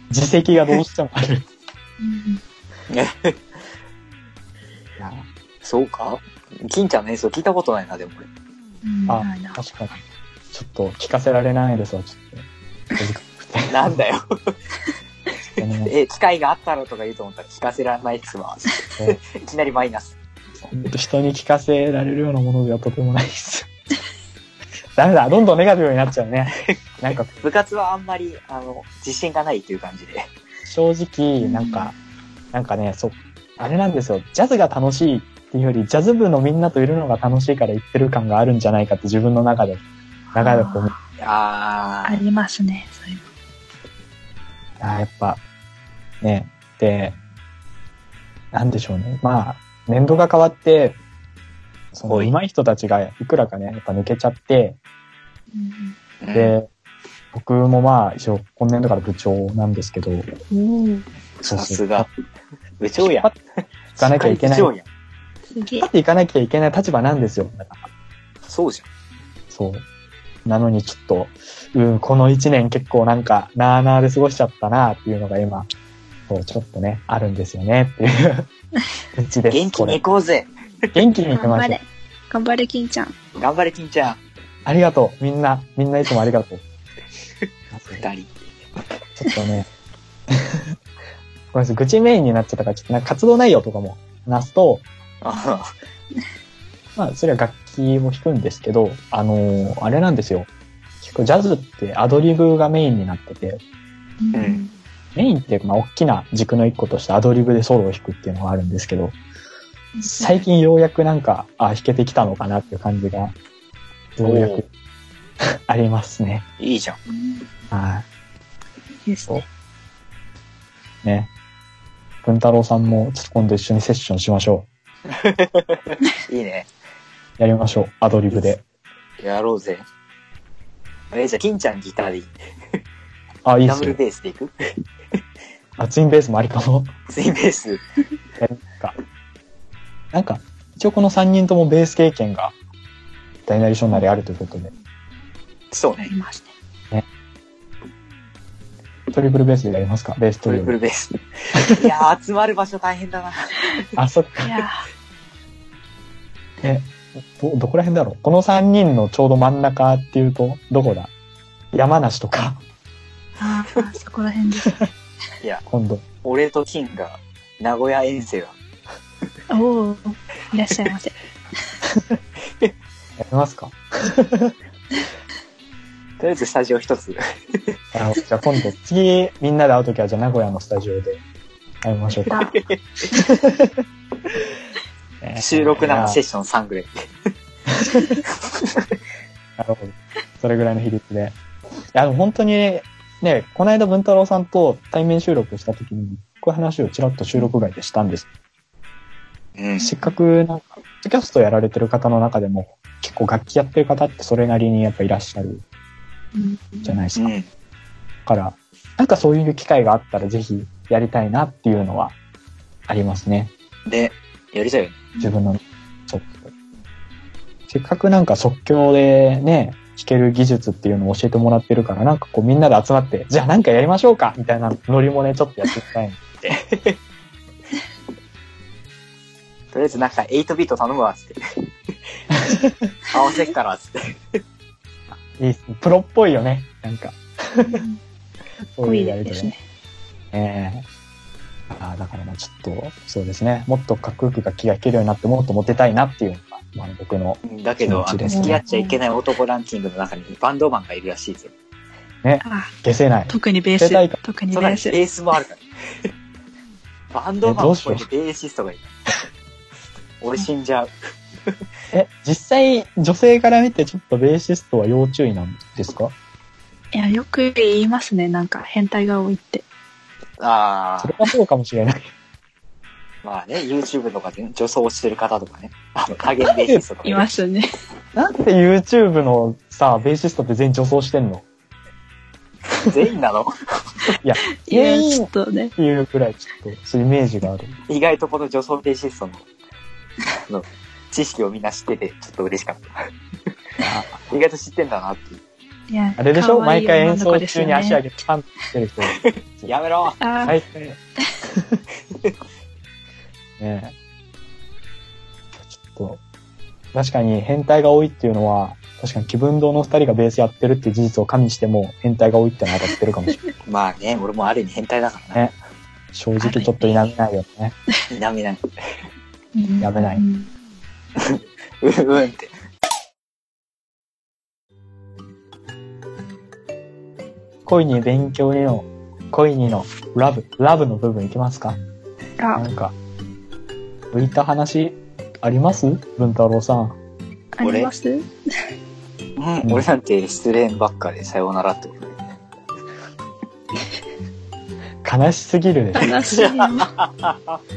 Speaker 2: 自責がどうしてもある。い
Speaker 4: うん
Speaker 2: や
Speaker 3: そうか金ちゃんの演奏聞いたことないな、でも俺。
Speaker 4: うん
Speaker 2: あ
Speaker 4: ないな
Speaker 2: 確かに。ちょっと聞かせられないですわ、ちょっと。恥ずかしくて
Speaker 3: なんだよ。
Speaker 2: あの
Speaker 3: え、機会があったらとか言うと思ったら聞かせられないっすわ。 いきなりマイナス。
Speaker 2: ほんと人に聞かせられるようなものではとてもないです。 ダメだ、どんどんネガティブになっちゃうね。なんか、
Speaker 3: 部活はあんまり、あの、自信がないという感じで。
Speaker 2: 正直、なんか、なんかね、そう、あれなんですよ。ジャズが楽しいっていうより、ジャズ部のみんなといるのが楽しいから言ってる感があるんじゃないかって自分の中で、長らく思う。
Speaker 3: あ
Speaker 4: あ
Speaker 3: ー、
Speaker 4: りますねそういう
Speaker 2: あーやっぱ、ね、で、なんでしょうね。まあ、年度が変わって、その、
Speaker 3: はい
Speaker 2: 上手い人たちがいくらかね、やっぱ抜けちゃって、で、僕もまあ、一応、今年度から部長なんですけど、
Speaker 4: うん、お
Speaker 3: さすが。部長やん
Speaker 2: 引っ。行かなきゃいけない。
Speaker 3: 部
Speaker 2: 引
Speaker 3: 長
Speaker 2: っ
Speaker 3: やん。
Speaker 4: すげえ
Speaker 2: 張っていかなきゃいけない立場なんですよ。だから
Speaker 3: そうじ
Speaker 2: そう。なのにちょっと、うん、この一年結構なんか、なーなーで過ごしちゃったなーっていうのが今、そう、ちょっとね、あるんですよねって いううち
Speaker 3: ゃ
Speaker 2: で
Speaker 3: ん。
Speaker 2: す。
Speaker 3: 元気に行
Speaker 2: こ
Speaker 3: こうぜ。
Speaker 2: れ元気に行き
Speaker 4: 頑
Speaker 2: まし
Speaker 4: 張
Speaker 2: ょう
Speaker 4: れ。頑張れ金ちゃん
Speaker 3: 頑張れ、金ちゃん。
Speaker 2: ありがとう。みんな、みんないつもありがと う。
Speaker 3: 二人。
Speaker 2: ちょっとね、 ごめんなさい、愚痴メインになっちゃったから、ちょっとなんか活動内容とかも話すと、
Speaker 3: あ
Speaker 2: まあ、それは楽器も弾くんですけど、あのーあれなんですよ。結構ジャズってアドリブがメインになってて、
Speaker 3: ん
Speaker 2: メインっていうか、まあ、大きな軸の一個としてアドリブでソロを弾くっていうのがあるんですけど、最近ようやくなんか、あ、弾けてきたのかなっていう感じが、ようや
Speaker 3: おー
Speaker 2: く ありますね。
Speaker 3: いいじゃん。
Speaker 4: うん
Speaker 2: はい
Speaker 4: いですね
Speaker 2: い。ね。文太郎さんも、ちょっと今度一緒にセッションしましょ
Speaker 3: いいね。
Speaker 2: う。やりましょう。アドリブで。
Speaker 3: やろうぜ。え、じゃあ、金ちゃんギターでいい。
Speaker 2: あ、いいっ
Speaker 3: ダ
Speaker 2: す
Speaker 3: ブル
Speaker 2: よ。
Speaker 3: ベースでいく
Speaker 2: あ、ツインベースもありかも。
Speaker 3: ツインベース。
Speaker 2: なんか、一応この3人ともベース経験が、大なり小なりあるということで、
Speaker 3: そう
Speaker 4: あ
Speaker 3: ね。
Speaker 4: りますね
Speaker 2: トリプルベースでやりますかベース
Speaker 3: ト
Speaker 2: トリ
Speaker 3: リプ
Speaker 2: プル。
Speaker 3: ルベース。いやー、集まる場所大変だな。
Speaker 2: あ、そっか。
Speaker 4: いや
Speaker 2: ど、どこら辺だろうこの3人のちょうど真ん中っていうと、どこだ山梨とか、
Speaker 4: あーそこら辺です
Speaker 2: 今度。
Speaker 3: 俺と金が、名古屋遠征だ。
Speaker 4: おおいらっしゃいませ
Speaker 2: やりますか
Speaker 3: とりあえずスタジオ一つ。
Speaker 2: あのじゃあ今度、次、みんなで会うときは、じゃあ名古屋のスタジオで会いましょうか。えー
Speaker 3: 収録生セッ
Speaker 2: い
Speaker 3: ション3ぐらい。
Speaker 2: やなるほど。それぐらいの比率で。いや、でも本当に、ね、この間文太郎さんと対面収録したときに、こういう話をちらっと収録外でしたんです
Speaker 3: うん
Speaker 2: せっかくなんか、ポッドキャストやられてる方の中でも、結構楽器やってる方ってそれなりにやっぱいらっしゃる
Speaker 4: うん
Speaker 2: じゃないです
Speaker 3: う
Speaker 2: か。
Speaker 3: ん。
Speaker 2: だから、なんかそういう機会があったらぜひやりたいなっていうのはありますね。
Speaker 3: で、やりたいよね。
Speaker 2: 自分の、そう。せっかくなんか即興でね、弾ける技術っていうのを教えてもらってるから、なんかこうみんなで集まって、じゃあなんかやりましょうかみたいなノリもね、ちょっとやってみたい。
Speaker 3: とりあえずなんか8ビート頼むわ、つって。 合わせっから、つって。
Speaker 2: いいっすプロっぽいよね。なんか、
Speaker 4: うんかっ
Speaker 2: そ
Speaker 4: こ
Speaker 2: う
Speaker 4: い
Speaker 2: い
Speaker 4: いう
Speaker 2: やり
Speaker 4: で
Speaker 2: とり
Speaker 4: すね
Speaker 2: ええああ、だからまあちょっと、そうですね。もっとかっこよく楽器が弾けるようになって、もっとモテたいなっていうのが、まあ僕の、
Speaker 3: だけど、あ
Speaker 2: 気持ち
Speaker 3: の
Speaker 2: です
Speaker 4: ね
Speaker 3: 付き合っちゃいけない男ランキングの中にバンドマンがいるらしいぜ。
Speaker 4: あ
Speaker 2: 消せない。
Speaker 4: 特にベー
Speaker 2: 世代
Speaker 4: ス
Speaker 2: 間
Speaker 4: 特に
Speaker 3: そ
Speaker 4: ベ
Speaker 3: ら
Speaker 4: ー
Speaker 3: に
Speaker 4: ス
Speaker 3: ベースもあるから。バンドマンを超えてベーシストがいる。俺死んじゃう。
Speaker 2: え、実際、女性から見てちょっとベーシストは要注意なんですか
Speaker 4: いやよく言いますねなんか変態が多いって
Speaker 3: あ
Speaker 2: それはそうかもしれない。
Speaker 3: あ、まあね、YouTube とかで女装してる方とかね、あの、影ベーシストとか
Speaker 4: いますね
Speaker 2: なんで YouTube のさ、ベーシストって全員女装してんの
Speaker 3: 全員なの
Speaker 4: いや、
Speaker 2: いい
Speaker 4: ちょっとね、
Speaker 2: っていうくらい、ちょっと、そういうイメージがある。
Speaker 3: 意外とこの女装ベーシストの、あの、知識をみんな知ってて、ちょっと嬉しかった。 意外と知ってんだなっていう。
Speaker 4: いや、
Speaker 2: あれでしょ
Speaker 4: 可
Speaker 2: 毎
Speaker 4: 愛い
Speaker 2: 回
Speaker 4: 女
Speaker 2: 演
Speaker 4: の子
Speaker 2: 奏
Speaker 4: ですよ
Speaker 2: 中
Speaker 4: ね
Speaker 2: に足上げてパンって る人。
Speaker 3: やめろ
Speaker 4: あー
Speaker 2: 最低。 ねえ。ちょっと、確かに変態が多いっていうのは、確かに気分堂の二人がベースやってるっていう事実を加味しても、変態が多いってのは当たってるかもしれない。
Speaker 3: まあね、俺もある意味変態だからね。
Speaker 2: 正直ちょっと否めないよね。
Speaker 3: 否めない。
Speaker 4: うん
Speaker 2: やめない
Speaker 4: うん
Speaker 3: うんうんって。
Speaker 2: 恋に勉強にの、恋にの、ラブ、ラブの部分いきますかな
Speaker 4: あ、
Speaker 2: んか、浮いた話、あります文太郎さん。
Speaker 4: あります
Speaker 3: うん、俺なんて失恋ばっかでさようならってことだよね。
Speaker 2: 悲しすぎるでしょ
Speaker 4: 悲しいな。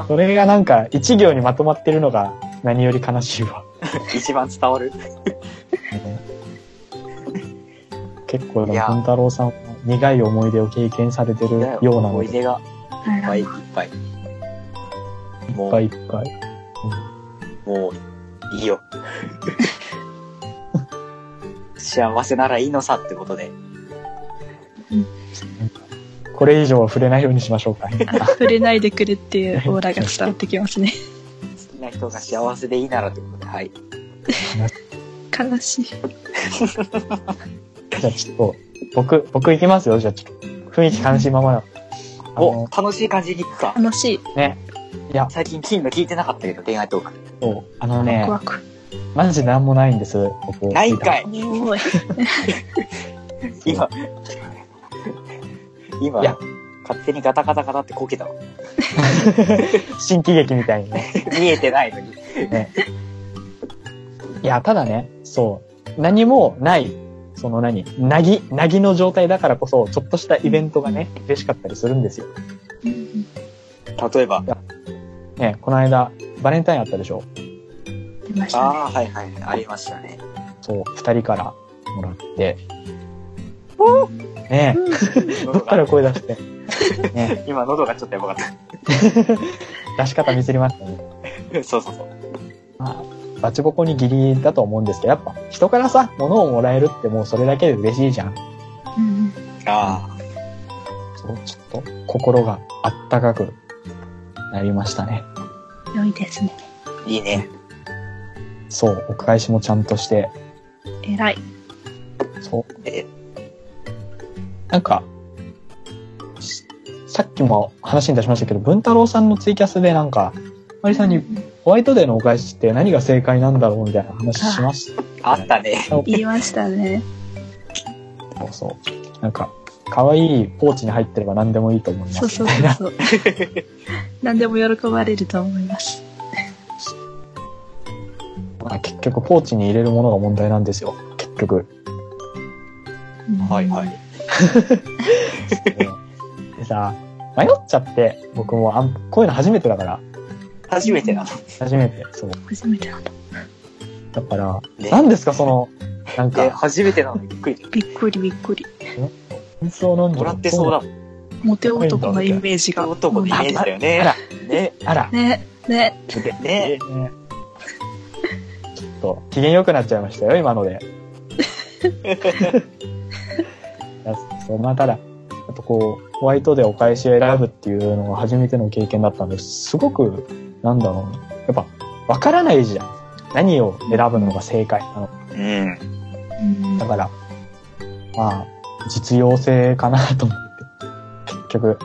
Speaker 2: それがなんか一行にまとまってるのが何より悲しいわ。
Speaker 3: 一番伝わる。
Speaker 2: 結構で
Speaker 3: い
Speaker 2: も
Speaker 3: や
Speaker 2: 文太郎さんは苦い思い出を経験されてるようなの
Speaker 3: 思
Speaker 2: で
Speaker 3: い
Speaker 2: いっ
Speaker 3: 出がいっぱ
Speaker 4: はい い
Speaker 3: いっぱい。も、
Speaker 2: ぱいういっぱい。
Speaker 3: もう、いいよ。 幸せならいいのさってことで。
Speaker 2: これ以上は触れないようにしまし ょうか。
Speaker 4: あ触れないでくれっていうオーラが伝わってきますね。
Speaker 3: 好きな人が幸せでいいならってことで、はい。
Speaker 4: 悲しい。
Speaker 2: じゃあちょっと僕僕行きますよ。じゃあちょっと雰囲気悲しいままだ。あ
Speaker 3: お
Speaker 2: の、
Speaker 3: 楽しい感じにいくか。
Speaker 4: 楽しい。
Speaker 2: ね。いや、
Speaker 3: 最近金の聞いてなかったけど、恋愛トーク。
Speaker 2: そうあの
Speaker 4: ワ
Speaker 2: ね
Speaker 4: ク、ワク。
Speaker 2: マジなんもないんです。僕
Speaker 3: ないんかい。
Speaker 4: おーい。
Speaker 3: 今、今
Speaker 2: いや、
Speaker 3: 勝手にガタガタガタってこけたわ。
Speaker 2: 新喜劇みたいにね。
Speaker 3: 見えてないのに。
Speaker 2: いや、ただね、そう。何もない、その何、なぎ、なぎの状態だからこそ、ちょっとしたイベントがね、嬉しかったりするんですよ。
Speaker 4: うん
Speaker 3: 例えば。
Speaker 2: ね、この間、バレンタインあったでしょ
Speaker 4: 出ましたね。
Speaker 3: ああー、はいはいはい。ありましたね。
Speaker 2: そう、二人からもらって。ねどっから声出して。ね
Speaker 3: 今、喉がちょっとやばかっ
Speaker 2: 出し方ミスりましたね。
Speaker 3: た。そうそうそう。
Speaker 2: まあ、バチボコにギリだと思うんですけど、やっぱ、人からさ、物をもらえるってもうそれだけで嬉しいじゃん。
Speaker 4: うん
Speaker 3: あ
Speaker 2: そう、ちょっと、心があったかくなりましたね。
Speaker 4: うん良いですね。
Speaker 3: あ、いいね。
Speaker 2: そう、お返しもちゃんとして、
Speaker 4: 偉い。
Speaker 2: そう。
Speaker 3: え
Speaker 2: なんか、しさっきも話に出しましたけど、文太郎さんのツイキャスでなんか、マリさんにホワイトデーのお返しって何が正解なんだろうみたいな話しまし
Speaker 3: あったね。
Speaker 2: た。
Speaker 4: 言いましたね。
Speaker 2: そうそう。なんか、可愛いポーチに入ってれば何でもいいと思います。
Speaker 4: そうそうそ うそう。何でも喜ばれると思います。。
Speaker 2: まあ結局、ポーチに入れるものが問題なんですよ。結局。
Speaker 3: はいはいい。
Speaker 2: でさ、迷っちゃって、僕もあんこういうの初めてだから。
Speaker 3: 初めてなの。
Speaker 2: 初めて。そう。
Speaker 4: 初めてなんだ。
Speaker 2: だから、
Speaker 3: ね
Speaker 2: 何ですか、その、なん
Speaker 3: で、
Speaker 2: か、
Speaker 3: 初めてなのにびっくり。
Speaker 4: びっくりびっくり。
Speaker 2: 水を飲んで
Speaker 3: もらってそうだもん。
Speaker 4: モテ男のイメージが。
Speaker 3: 男のイメージだよ
Speaker 2: あ
Speaker 3: ね
Speaker 2: ら。
Speaker 3: ね。
Speaker 2: あら、
Speaker 4: ね、ね。
Speaker 3: ね。
Speaker 2: ねちょっと、機嫌良くなっちゃいましたよ、今ので。いやそう、まあ、ただ、あとこう、ホワイトでお返しを選ぶっていうのが初めての経験だったんです、すごく、なんだろうね。やっぱ、わからないじゃん。何を選ぶのが正解なのか
Speaker 3: うん。
Speaker 4: うん
Speaker 2: だから、まあ、実用性かなと思って。結局、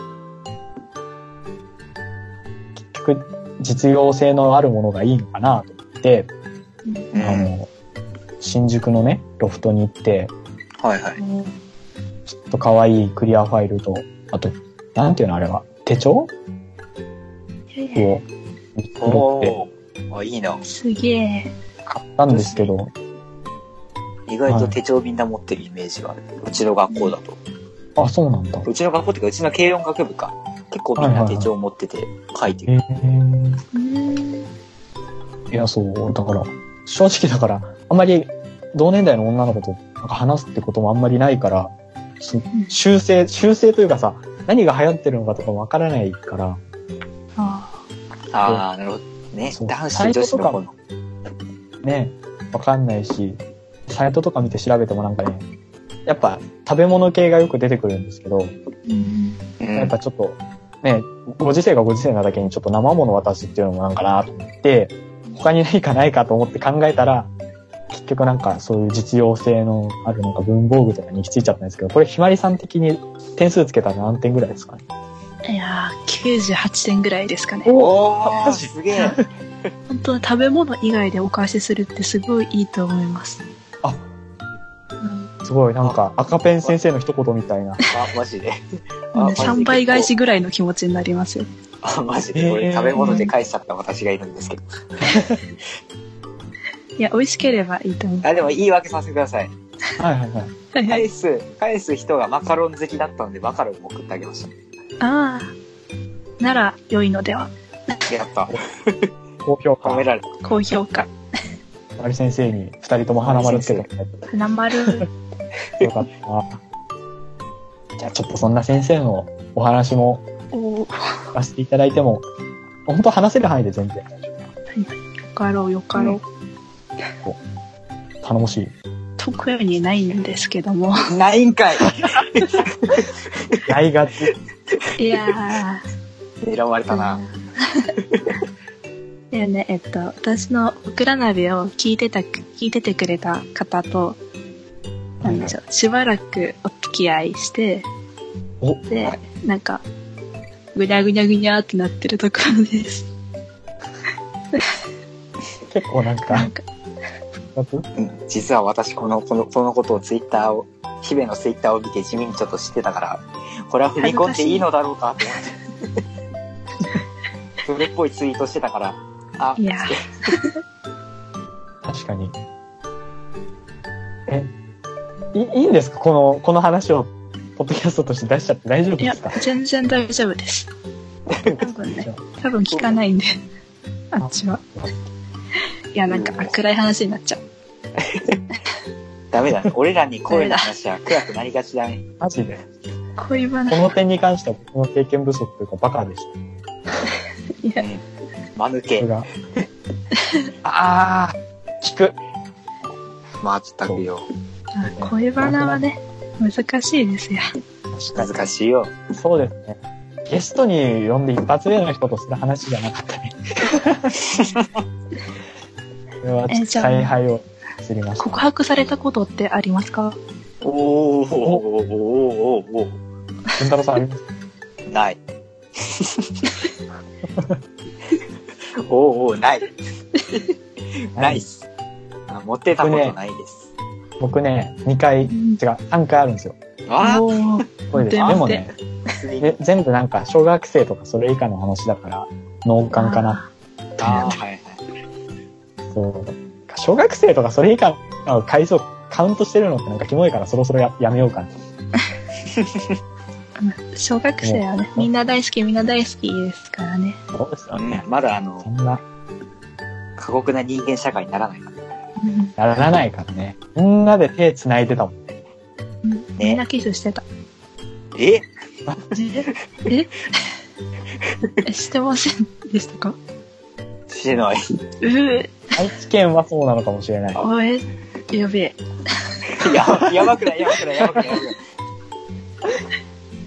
Speaker 2: 結局、実用性のあるものがいいのかなと思って、
Speaker 3: うん。
Speaker 2: あ
Speaker 3: はい
Speaker 2: の、新宿のね、ロフトに行って、
Speaker 3: はい。
Speaker 2: ちょっと可愛いクリアファイルと、あと、なんていうのあれは、手帳を持って
Speaker 3: おー。あ、いいな。
Speaker 4: すげえ。
Speaker 2: 買ったんですけど、
Speaker 3: 意外と手帳みんな持ってるイメージがある。うちの学校だと。
Speaker 2: あ、そうなんだ。
Speaker 3: うちの学校っていうか、うちの軽音楽部か。結構みんな手帳持ってて書いて
Speaker 2: え
Speaker 3: る。
Speaker 2: ー、
Speaker 4: うん
Speaker 2: いや、そう、だから、正直だから、あんまり同年代の女の子となんか話すってこともあんまりないから、そ修正、修正というかさ、何が流行ってるのかとかわからないから、
Speaker 4: あ
Speaker 3: ああ、なるほど。ね、
Speaker 2: そう
Speaker 3: 男子と女子の
Speaker 2: サ
Speaker 3: 方
Speaker 2: イトと
Speaker 3: の。
Speaker 2: ね、わかんないし、サイトとか見て調べてもなんかね、やっぱ食べ物系がよく出てくるんですけど、
Speaker 4: ーうん
Speaker 3: うん
Speaker 2: やっぱちょっと、ね、ご時世がご時世なだけにちょっと生物渡すっていうのもなんかなと思って、他に何かないかと思って考えたら、結局なんかそういう実用性のあるなんか文房具とかに行き着いちゃったんですけど、これひまりさん的に点数つけたら何点ぐらいですかね
Speaker 4: いやー、98点ぐらいですかね。
Speaker 3: おー、
Speaker 2: マジ
Speaker 3: すげえ。
Speaker 4: 本当は食べ物以外でお返しするってすごいいいと思います。
Speaker 2: あ
Speaker 4: うん
Speaker 2: すごいなんか赤ペン先生の一言みたいな。
Speaker 3: あ、マジで。あ
Speaker 4: なん
Speaker 3: マ
Speaker 4: で
Speaker 3: ジで
Speaker 4: 3倍返しぐらいの気持ちになりますよ。
Speaker 3: あ、マジで。こ
Speaker 2: え
Speaker 3: れ
Speaker 2: ー
Speaker 3: 食べ物で返しちゃった私がいるんですけど。
Speaker 4: いや、美味しければいいと思う。
Speaker 3: あ、でも言い訳させてください。
Speaker 2: はいはいはい。
Speaker 4: はいはい。
Speaker 3: 返す、返す人がマカロン好きだったので、マカロンも送ってあげまし
Speaker 4: ああ。なら、良いのでは。
Speaker 3: た。やった。
Speaker 2: 高評価。
Speaker 3: 褒め
Speaker 2: ひ
Speaker 3: られた。
Speaker 4: 高評価。
Speaker 2: まり先生に二人とも花丸つけてもら
Speaker 4: 花丸。
Speaker 2: ってよかったな。じゃあちょっとそんな先生のお話も
Speaker 4: おー
Speaker 2: 聞かせていただいても、本当話せる範囲で全然
Speaker 4: よかろう、よかろう。
Speaker 2: 頼もしい。
Speaker 4: 特にないんですけども。
Speaker 3: ないんかい
Speaker 2: 大がち。
Speaker 4: いや
Speaker 3: 選ばれ
Speaker 4: ー。
Speaker 3: たな。。
Speaker 4: だよね、えっと、私のオクラ鍋を聞いてた、聞いててくれた方と、なんでしょう、しばらくお付き合いして、
Speaker 2: お
Speaker 4: で、なんか、ぐにゃぐにゃぐにゃってなってるところです。
Speaker 2: 結構なん
Speaker 4: な
Speaker 2: か
Speaker 4: ん、か、
Speaker 3: うん実は私、この、この、このことをツイッターを、姫のツイッターを見て地味にちょっと知ってたから、これは踏み込んでいいのだろうかって思って。それっぽいツイートしてたから、あ、
Speaker 4: いや
Speaker 2: 確かに。え、いいいんですかこの、この話を、ポッドキャストとして出しちゃって大丈夫
Speaker 4: い
Speaker 2: で
Speaker 4: や
Speaker 2: すか、
Speaker 4: 全然大丈夫です。多 分ね、多分聞かないんで、あっちは。いや、なんか、あ暗い話になっちゃう。
Speaker 3: ダメだ ね。俺らに声の話は暗くなりがちだ ね。
Speaker 2: マジで。
Speaker 4: 恋バナ
Speaker 2: こ。の点に関しては僕の経験不足というかバカでし
Speaker 4: いや、
Speaker 3: 間抜
Speaker 2: た。それ
Speaker 3: け。
Speaker 2: が。あー、聞く。
Speaker 3: まったくよ。
Speaker 4: 恋バナはね、難しいですよ。
Speaker 2: 確か
Speaker 3: 難しいよ。
Speaker 2: に。そうですね。ゲストに呼んで一発目の人とする話じゃなか ったね。これはちょっと采配をすりました。
Speaker 4: 告白されたことってありますか
Speaker 3: おーおーおーおーおー
Speaker 2: 文太郎さんあります
Speaker 3: おー ない。おーおーない。ないっす。あ持ってたことないです。
Speaker 2: 僕ね、2回、違う、
Speaker 4: ん
Speaker 2: 3回あるんですよ。
Speaker 3: あ
Speaker 4: おー
Speaker 2: これです。
Speaker 4: 出
Speaker 2: で
Speaker 4: ますね
Speaker 2: もね、
Speaker 3: ー
Speaker 2: で全部なんか小学生とかそれ以下の話だから、農感かな。
Speaker 3: あーはいはい。
Speaker 2: そう。小学生とかそれ以下の回数をカウントしてるのってなんかキモいからそろそろややめようかな。
Speaker 4: 小学生はね、みんな大好き、みんな大好きですからね。
Speaker 2: そうですよ
Speaker 3: う
Speaker 2: ね。
Speaker 3: んまだあ
Speaker 2: そ
Speaker 3: の、
Speaker 2: んな、
Speaker 3: 過酷な人間社会にならないから。
Speaker 4: うん
Speaker 2: やらないからね。みんなで手繋いでたもん。
Speaker 4: みんなキスしてた。
Speaker 3: え
Speaker 4: ええしてませんでしたか
Speaker 3: してないう
Speaker 4: ぅ、
Speaker 2: 愛知県はそうなのかもしれない。
Speaker 4: おえ、やべえ。
Speaker 3: や。やばくないやばくないやばくないやばくない。結構びっく
Speaker 4: いや、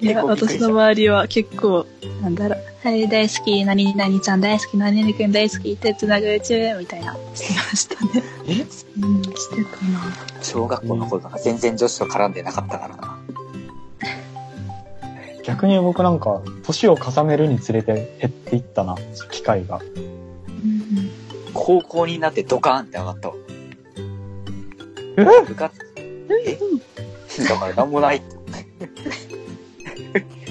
Speaker 3: り
Speaker 4: 私
Speaker 3: した
Speaker 4: の周りは結構、なんだろう、はい、大好き、何々ちゃん大好き、何々くん大好き、手つなぐ中、みたいな、してましたね。
Speaker 2: え
Speaker 4: うん、してたな。
Speaker 3: 小学校の頃とか全然女子と絡んでなかったからな。
Speaker 2: 逆に僕なんか、年を重ねるにつれて減っていったな、機会が。
Speaker 4: うん、
Speaker 3: 高校になってドカーンって上がったわ。部活えだからなんもないって。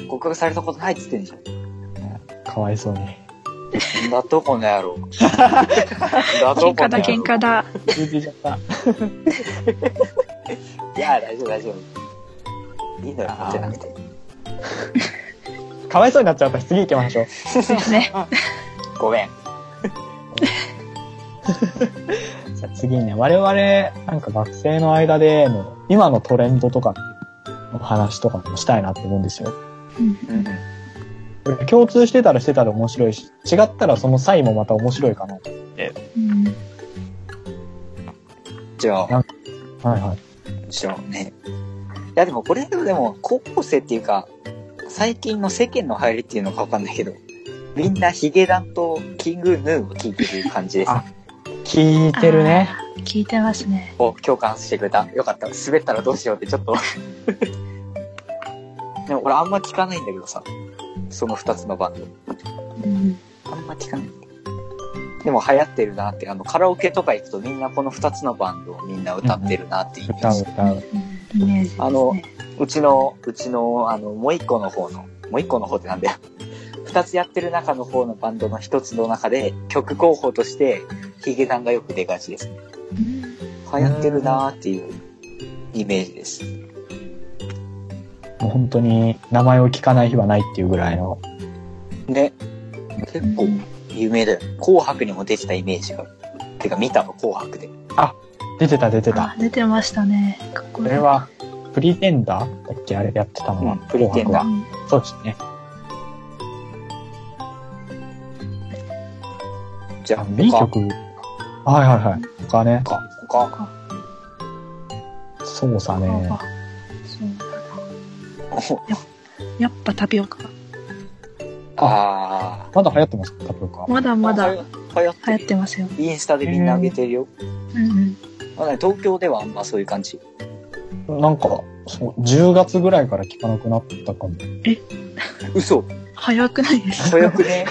Speaker 3: 告白されたことないっつってんじゃん。
Speaker 2: かわいそうに。
Speaker 3: んだとこの野郎。んだと
Speaker 4: 喧
Speaker 3: こ
Speaker 4: 嘩
Speaker 3: の野郎。
Speaker 4: だ、喧嘩だ。
Speaker 2: 通じちゃった。
Speaker 3: いや、大丈夫大丈夫。いいんだよ、じゃなくて。
Speaker 2: かわいそうになっちゃうから次行きましょう。
Speaker 4: そうね。
Speaker 3: ごめん。
Speaker 2: じゃあ次ね、我々、なんか学生の間での、今のトレンドとかの話とかもしたいなって思うんですよ。
Speaker 3: うん。
Speaker 2: これ共通してたらしてたら面白いし、違ったらその際もまた面白いかな。
Speaker 4: うん
Speaker 3: じゃあ、
Speaker 2: はいはい。
Speaker 3: じゃあね。いやでもこれでも高校生っていうか、最近の世間の流行りっていうのかわかんないけど、みんなヒゲダンとキングヌーを聞いてる感じです。
Speaker 2: あ聞いてるね。
Speaker 4: あー聞いてますね。
Speaker 3: お、共感してくれた。よかった。滑ったらどうしようってちょっと。でも俺あんま聞かないんだけどさ。その二つのバンド。
Speaker 4: うん、
Speaker 3: あんま聞かない。でも流行ってるなって、あのカラオケとか行くとみんなこの二つのバンドをみんな歌ってるなってイメ
Speaker 2: 歌
Speaker 3: ー
Speaker 2: う
Speaker 3: ジ。
Speaker 2: 歌う。
Speaker 4: イメージです、ね。
Speaker 3: あのうちの、うちの、あの、もう一個の方の、もう一個の方ってなんだよ。 二つやってる中の方のバンドの一つの中で、曲候補として、ヒゲダンがよく出がちです。
Speaker 4: うん
Speaker 3: 流行ってるなーっていうイメージです。
Speaker 2: もう本当に名前を聞かない日はないっていうぐらいの。
Speaker 3: ね。結構有名だよ。紅白にも出てたイメージがある。てか見たの、紅白で。
Speaker 2: 出てた出てた
Speaker 4: あ。出てましたね。かっこ
Speaker 2: こ
Speaker 4: いい
Speaker 2: れは、プリテンダーだっけあれやってたのは。
Speaker 3: うんプリテンダー
Speaker 4: うん
Speaker 2: そうですね。
Speaker 3: じゃあ、
Speaker 2: いい
Speaker 3: 他、
Speaker 2: 曲。はいはいはい。他ね。
Speaker 3: 他、他、
Speaker 2: そうさね。
Speaker 4: あそうやっぱタピオカ。
Speaker 3: あ
Speaker 2: まだ流行ってますかタピオカ。
Speaker 4: まだ
Speaker 3: ー。
Speaker 4: まだ
Speaker 3: あ
Speaker 4: 流
Speaker 3: 流行って
Speaker 4: 行っ
Speaker 3: る。
Speaker 4: てますよ。
Speaker 3: インスタでみんな上げてるよ。
Speaker 4: うん
Speaker 3: まだね東京ではあんまそういう感じ。
Speaker 2: なんか、そう、10月ぐらいから聞かなくなったかも。
Speaker 3: 嘘。
Speaker 4: うん。早くないです。
Speaker 3: 早くね。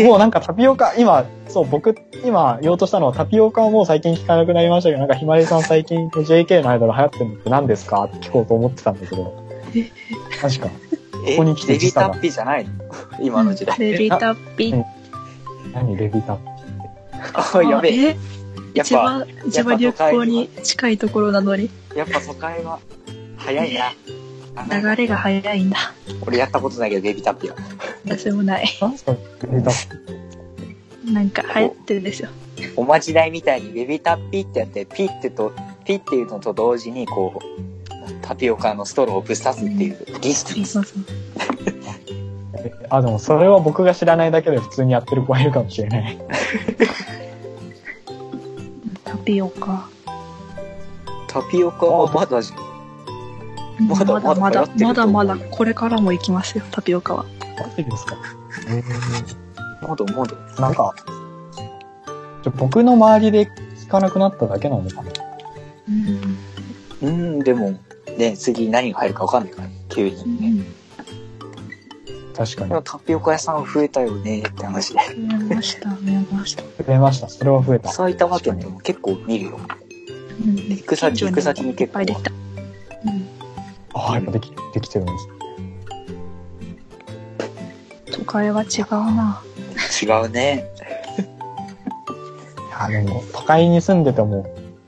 Speaker 2: もうなんかタピオカ、今、そう、僕、今言おうとしたのはタピオカをもう最近聞かなくなりましたけど、なんかひまりさん最近 JK のアイドル流行ってるのって何ですかって聞こうと思ってたんだけど
Speaker 4: え。
Speaker 2: 確か。
Speaker 3: え、
Speaker 2: ここに来て
Speaker 3: レビ
Speaker 2: 時差
Speaker 3: タ
Speaker 2: が
Speaker 3: ッピじゃないの 今の時代。
Speaker 4: レビタピ。
Speaker 2: 何レビタ
Speaker 3: あ、 やべえ。
Speaker 4: あえ。
Speaker 3: やっ
Speaker 4: 一
Speaker 3: ぱ、
Speaker 4: 番、一番流行に近いところなのに、
Speaker 3: やっぱ都会は、早いな。
Speaker 4: 流れが早いんだ。
Speaker 3: 俺やったことないけど、レビタッピは。
Speaker 4: 私もない。
Speaker 2: 何すかレビタ
Speaker 4: なんか流行ってるんですよ。
Speaker 3: おまじないみたいに、レビタッピってやって、ピってと、ピっていうのと同時に、こう、タピオカのストローをぶっ刺すっていう儀式です。
Speaker 4: そうそう。
Speaker 2: あ、でもそれは僕が知らないだけで普通にやってる子がいるかもしれない。
Speaker 4: タピオカ。
Speaker 3: タピオカはまだ、
Speaker 4: うん
Speaker 3: まだまだ
Speaker 4: まだ
Speaker 3: 流行ってると思う
Speaker 4: まだまだこれからも行きますよ、タピオカは。
Speaker 2: マジですか
Speaker 3: まだまだ。
Speaker 2: なんか、ちょ僕の周りで聞かなくなっただけなのかな
Speaker 4: うん。
Speaker 3: うーん、でも、ね、次何が入るかわかんないから、急にね。
Speaker 2: 確かに
Speaker 3: で。もタピオカ屋さん増えたよねって話で。
Speaker 4: 増えました、増えました。
Speaker 2: 増えました。それは増えた。
Speaker 3: 埼玉県でも結構見るよ。
Speaker 4: うん
Speaker 3: 行く先行く先に
Speaker 4: いっ
Speaker 3: 結構
Speaker 4: ぱいできた。うん。
Speaker 2: ああ、やっぱでき、できてるんです。
Speaker 4: 都会は違うな。
Speaker 3: 違うね。
Speaker 2: いや、でも、都会に住んでても、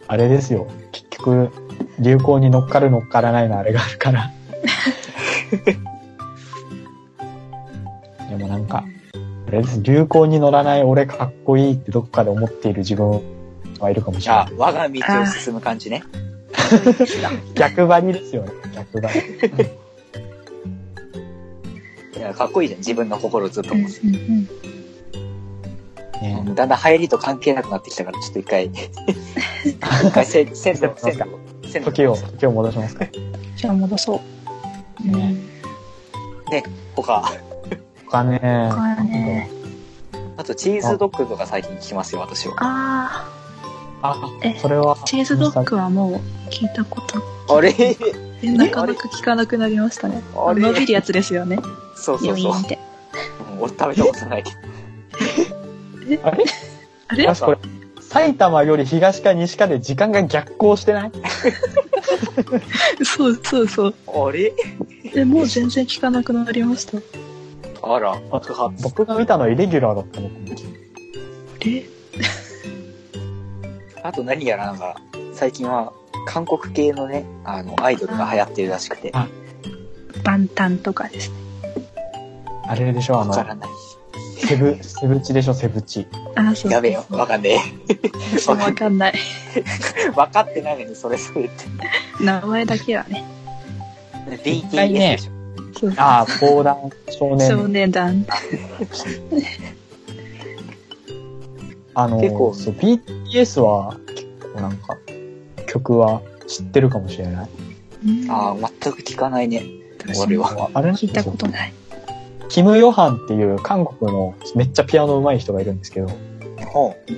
Speaker 2: あれですよ。結局、流行に乗っかる乗っからないのあれがある から。でもなんか、あれです。流行に乗らない俺かっこいいってどっかで思っている自分はいるかもし
Speaker 3: じ
Speaker 2: れ
Speaker 3: ゃ
Speaker 2: な
Speaker 3: あ
Speaker 2: い。、
Speaker 3: 我が道を進む感じね。
Speaker 2: 逆張りですよ ね。逆張り。
Speaker 3: いや、かっこいいじゃん。自分の心をずっと
Speaker 4: うんう
Speaker 3: 持
Speaker 4: ん
Speaker 3: つ。
Speaker 4: うん。
Speaker 2: ね
Speaker 3: だんだん流行りと関係なくなってきたから、ちょっと一回、一回せ、鮮度、鮮度、鮮度。
Speaker 2: 時を、時を戻しますか。
Speaker 4: じゃあ戻そう。
Speaker 2: ね
Speaker 3: 他。
Speaker 2: 他ね。
Speaker 4: 他ね
Speaker 3: あと、チーズドッグとか最近聞きますよ、私は。
Speaker 4: あ
Speaker 2: あ
Speaker 4: え、
Speaker 2: それは。
Speaker 4: あ、チーズドッグはもう聞いたこと、
Speaker 3: あれ
Speaker 4: なかなか聞かなくなりましたね。
Speaker 3: あれ
Speaker 4: 伸びるやつですよね。
Speaker 3: そうそ
Speaker 4: ビヨ
Speaker 3: う
Speaker 4: イ
Speaker 3: そう
Speaker 4: ーン。って。
Speaker 3: うん俺食べたことないけど。
Speaker 2: あれ
Speaker 4: あれ
Speaker 2: 私これ、埼玉より東か西かで時間が逆行してない
Speaker 4: そうそうそう。
Speaker 3: あれ
Speaker 4: え、もう全然聞かなくなりました。
Speaker 3: あら、
Speaker 2: あ
Speaker 3: 爆発。
Speaker 2: 僕が見たのはイレギュラーだったのかな
Speaker 4: え、
Speaker 3: あと何やらなんか、最近は、韓国系のね、あの、アイドルが流行ってるらしくて。
Speaker 2: あ
Speaker 4: バンタンとかですね。
Speaker 2: あれでしょあ
Speaker 3: わ
Speaker 2: の
Speaker 3: か、らない。
Speaker 2: セブ、セブチでしょ、セブチ。
Speaker 4: あ、そう。
Speaker 3: やべえよ。わかんね
Speaker 4: 私もわかんない。
Speaker 3: え。 わかってないのに、それそれって。
Speaker 4: 名前だけはね。
Speaker 3: BTS
Speaker 2: 対ね
Speaker 3: でしょ。
Speaker 4: そう
Speaker 2: ああ、防弾少
Speaker 4: 少
Speaker 2: 年。
Speaker 4: 年団。
Speaker 2: あの、
Speaker 3: 結構
Speaker 2: そう、BTS は、結構なんか、曲は知ってるかもしれない。
Speaker 4: うん
Speaker 3: ああ、全く聞かないね。
Speaker 4: 私
Speaker 3: 俺
Speaker 4: も
Speaker 3: は。
Speaker 2: あれなん
Speaker 4: 聞い
Speaker 2: で
Speaker 4: た
Speaker 2: すよ
Speaker 4: ことない。
Speaker 2: キム・ヨハンっていう韓国のめっちゃピアノ上手い人がいるんですけど、
Speaker 3: ほう。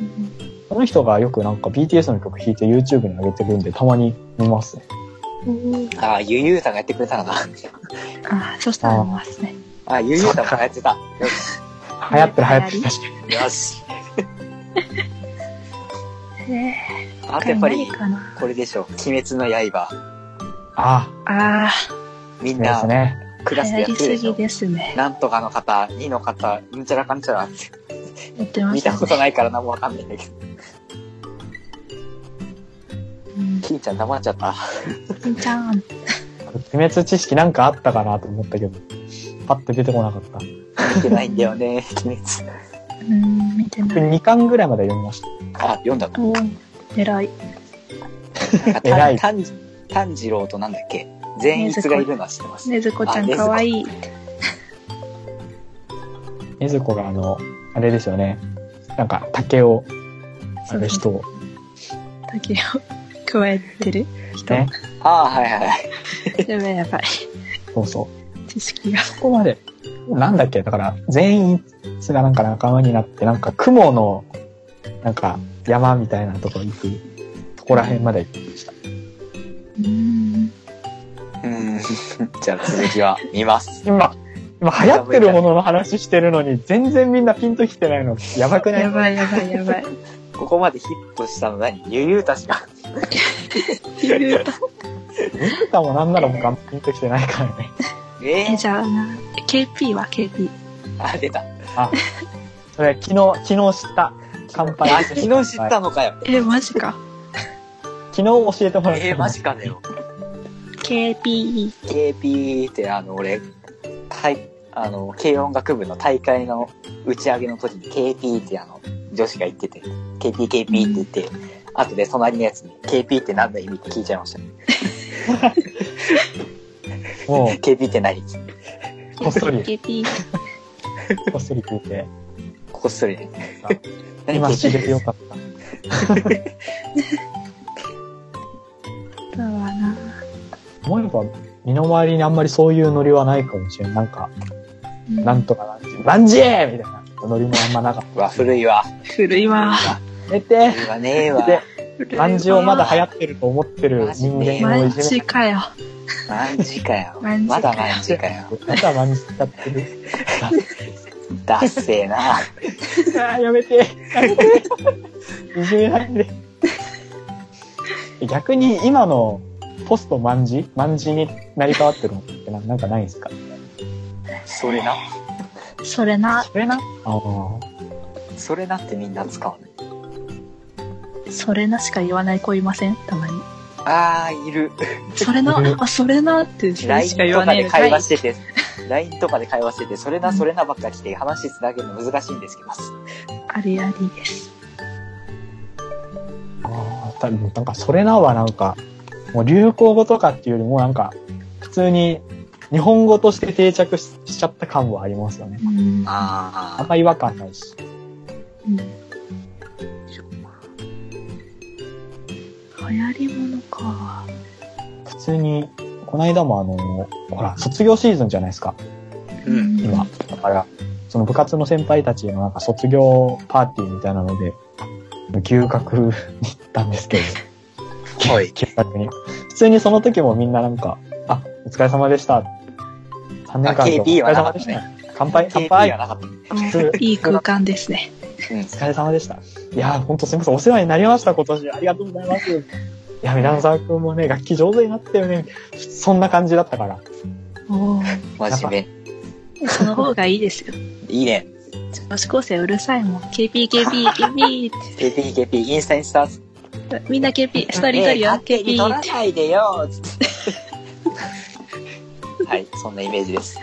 Speaker 2: その人がよくなんか BTS の曲弾いて YouTube に上げてるんで、たまに見ますね。
Speaker 3: ああ、ゆゆうさんがやってくれ たのな。
Speaker 4: ああ、そしたら見ますね。
Speaker 3: ああ、ゆゆうさんもやってた。よ
Speaker 2: 流行ってる流行ってる。確かに。
Speaker 3: し。よし。
Speaker 4: え
Speaker 3: あと
Speaker 4: ー、
Speaker 3: やっぱり
Speaker 4: 他、にないか
Speaker 3: これでしょ。鬼滅の刃。
Speaker 2: あ
Speaker 4: な。あ
Speaker 3: みん
Speaker 2: あ、です
Speaker 3: な、
Speaker 2: ね。
Speaker 3: ク
Speaker 4: あ、
Speaker 3: ラスで
Speaker 4: 流
Speaker 3: やっ
Speaker 4: 行り
Speaker 3: てるですし
Speaker 4: ぎ
Speaker 3: ょ。
Speaker 4: ですね。
Speaker 3: なんとかの方、2の方、うんちゃらかんちゃらって。
Speaker 4: やってま
Speaker 3: 見
Speaker 4: したた
Speaker 3: こ
Speaker 4: ね。
Speaker 3: とないから何もわかんないんだけど。
Speaker 4: うん
Speaker 3: キーちゃん黙っちゃった。
Speaker 4: キンちゃん。
Speaker 2: 鬼滅知識なんかあったかなと思ったけど、パッと出てこなかった。
Speaker 3: 見てないんだよね、鬼滅。
Speaker 4: うん、見てない。
Speaker 2: 2巻ぐらいまで読みました。
Speaker 3: あ、読んだの
Speaker 4: おー偉い。
Speaker 2: 偉い
Speaker 3: 炭炭治郎となんだっけ善逸がいるのは知ってます。
Speaker 4: ねずこちゃ
Speaker 3: あ
Speaker 4: ん
Speaker 3: ねずこ
Speaker 4: かわいい。
Speaker 2: ねずこがあの、あれですよね。なんか竹を、あ
Speaker 4: そう
Speaker 2: れ
Speaker 4: そう。
Speaker 2: 人を
Speaker 4: 竹を加え てる人。
Speaker 2: ね
Speaker 4: や。
Speaker 3: ああ、はいはいはい。
Speaker 4: ばいやばい。
Speaker 2: そうそう。
Speaker 4: 知 識が。
Speaker 2: ここまで。なんだっけだから、全員がなんか仲間になって、なんか雲の、なんか山みたいなとこ行く、とこら辺まで行きました。
Speaker 4: うん。
Speaker 3: うん。 じゃあ続きは見ます。
Speaker 2: 今、今流行ってるものの話してるのに、全然みんなピンときてないの、やばくない
Speaker 4: やばいやばいや ばい。
Speaker 3: ここまでヒットしたの何ゆゆうたし か。
Speaker 4: 言うと
Speaker 2: ゆうたもなんなら僕あんまピンときてないからね。
Speaker 3: え
Speaker 4: え、
Speaker 3: ー、
Speaker 4: じゃあ、KP は KP。
Speaker 3: あ、出た。
Speaker 2: それ昨日、昨日知った。乾杯。
Speaker 3: あ、昨日知ったのかよ。
Speaker 4: え、マジか。
Speaker 2: 昨日教えてもらった。
Speaker 3: えー、マジかねよ。
Speaker 4: KP。
Speaker 3: KP ってあの、俺、はい、あの、軽音楽部の大会の打ち上げの時に KP ってあの、女子が言ってて、KP、KP って言って、後で隣のやつに KP って何の意味って聞いちゃいました。
Speaker 2: も
Speaker 3: KP って何
Speaker 2: こっそり
Speaker 4: KP。
Speaker 2: う、こっそり聞いて。
Speaker 3: こっ そりね。何
Speaker 2: 今
Speaker 3: KP
Speaker 2: 知れて
Speaker 3: で
Speaker 2: よ
Speaker 3: す
Speaker 2: かった。
Speaker 4: だわな。
Speaker 2: 思えば、身の回りにあんまりそういうノリはないかもしれない。なんか、
Speaker 4: うん
Speaker 2: なんとかなんじ、なんじーみたいなノリもあんまなかっ
Speaker 3: うわ、古いわ。
Speaker 4: 古いわ。
Speaker 2: た。寝て
Speaker 3: 古いわねえ わ。
Speaker 2: で、
Speaker 4: 古いわ
Speaker 2: 漢字をまだ流行ってると思ってる人間を
Speaker 4: マ
Speaker 2: いじ
Speaker 4: ジ
Speaker 2: め
Speaker 4: かよ。
Speaker 3: 何時かよ。
Speaker 4: 何
Speaker 3: ま
Speaker 4: 時かよ
Speaker 3: だ何時かよ。
Speaker 2: まだマンスやってる。
Speaker 3: だっせえな。
Speaker 2: ああ、やめて。やめて。いじめないで。逆に今のポスト万字万字になり変わってるのってななんかないんですか
Speaker 3: それな。
Speaker 4: それな、
Speaker 2: それな。ああ。
Speaker 3: それなってみんな使うね。
Speaker 4: それなしか言わない子いませんたまに。
Speaker 3: あー、い る。
Speaker 4: それな、あ、それなって、それ
Speaker 3: LINE
Speaker 4: しか言
Speaker 3: と
Speaker 4: わ
Speaker 3: か
Speaker 4: ない
Speaker 3: で
Speaker 4: の
Speaker 3: 会
Speaker 4: か
Speaker 3: 話
Speaker 4: い。
Speaker 3: してて、LINE とかで会話してて、それなそれなばっか来て話つなげるの難しいんですけど。
Speaker 4: ありありです。
Speaker 2: ああ、たなんかそれなはなんか、もう流行語とかっていうよりもなんか、普通に日本語として定着ししちゃった感はありますよね。
Speaker 4: うん。
Speaker 2: あん
Speaker 3: あ
Speaker 2: ま違和感ないし。
Speaker 4: うん流行りものか。
Speaker 2: 普通に、この間もあの、ほら、卒業シーズンじゃないですか。
Speaker 3: ー。うん。
Speaker 2: 今。だから、その部活の先輩たちのなんか卒業パーティーみたいなので、牛角に行ったんですけど、
Speaker 3: はい。
Speaker 2: 牛角に。普通にその時もみんななんか、あ、お疲れ様でした。3年間
Speaker 3: あ
Speaker 2: とお
Speaker 3: KP
Speaker 2: 疲
Speaker 3: は
Speaker 2: れ
Speaker 3: なか
Speaker 2: 様
Speaker 3: っ
Speaker 2: でしたた
Speaker 3: ね。。
Speaker 2: 乾杯、乾
Speaker 3: KP は
Speaker 2: 杯。
Speaker 3: なかった。
Speaker 4: いい空間ですね。
Speaker 3: うん
Speaker 2: お。疲れ様でした。いやー、ほんとすみません。お世話になりました、今年。ありがとうございます。いや、皆沢くんもね、楽器上手になったよね。そんな感じだったから。
Speaker 4: おー
Speaker 3: 真面
Speaker 4: その方がいいですよ。
Speaker 3: 目。いいね。
Speaker 4: 女子高生うるさいもん。KP、KP、KP っ
Speaker 3: KP、KP、インスタインスターズ。
Speaker 4: て。みんな KP、一人一人は
Speaker 3: 勝手に取
Speaker 4: KP っ
Speaker 3: ら
Speaker 4: て。
Speaker 3: ないでよつってはい、そんなイメージです。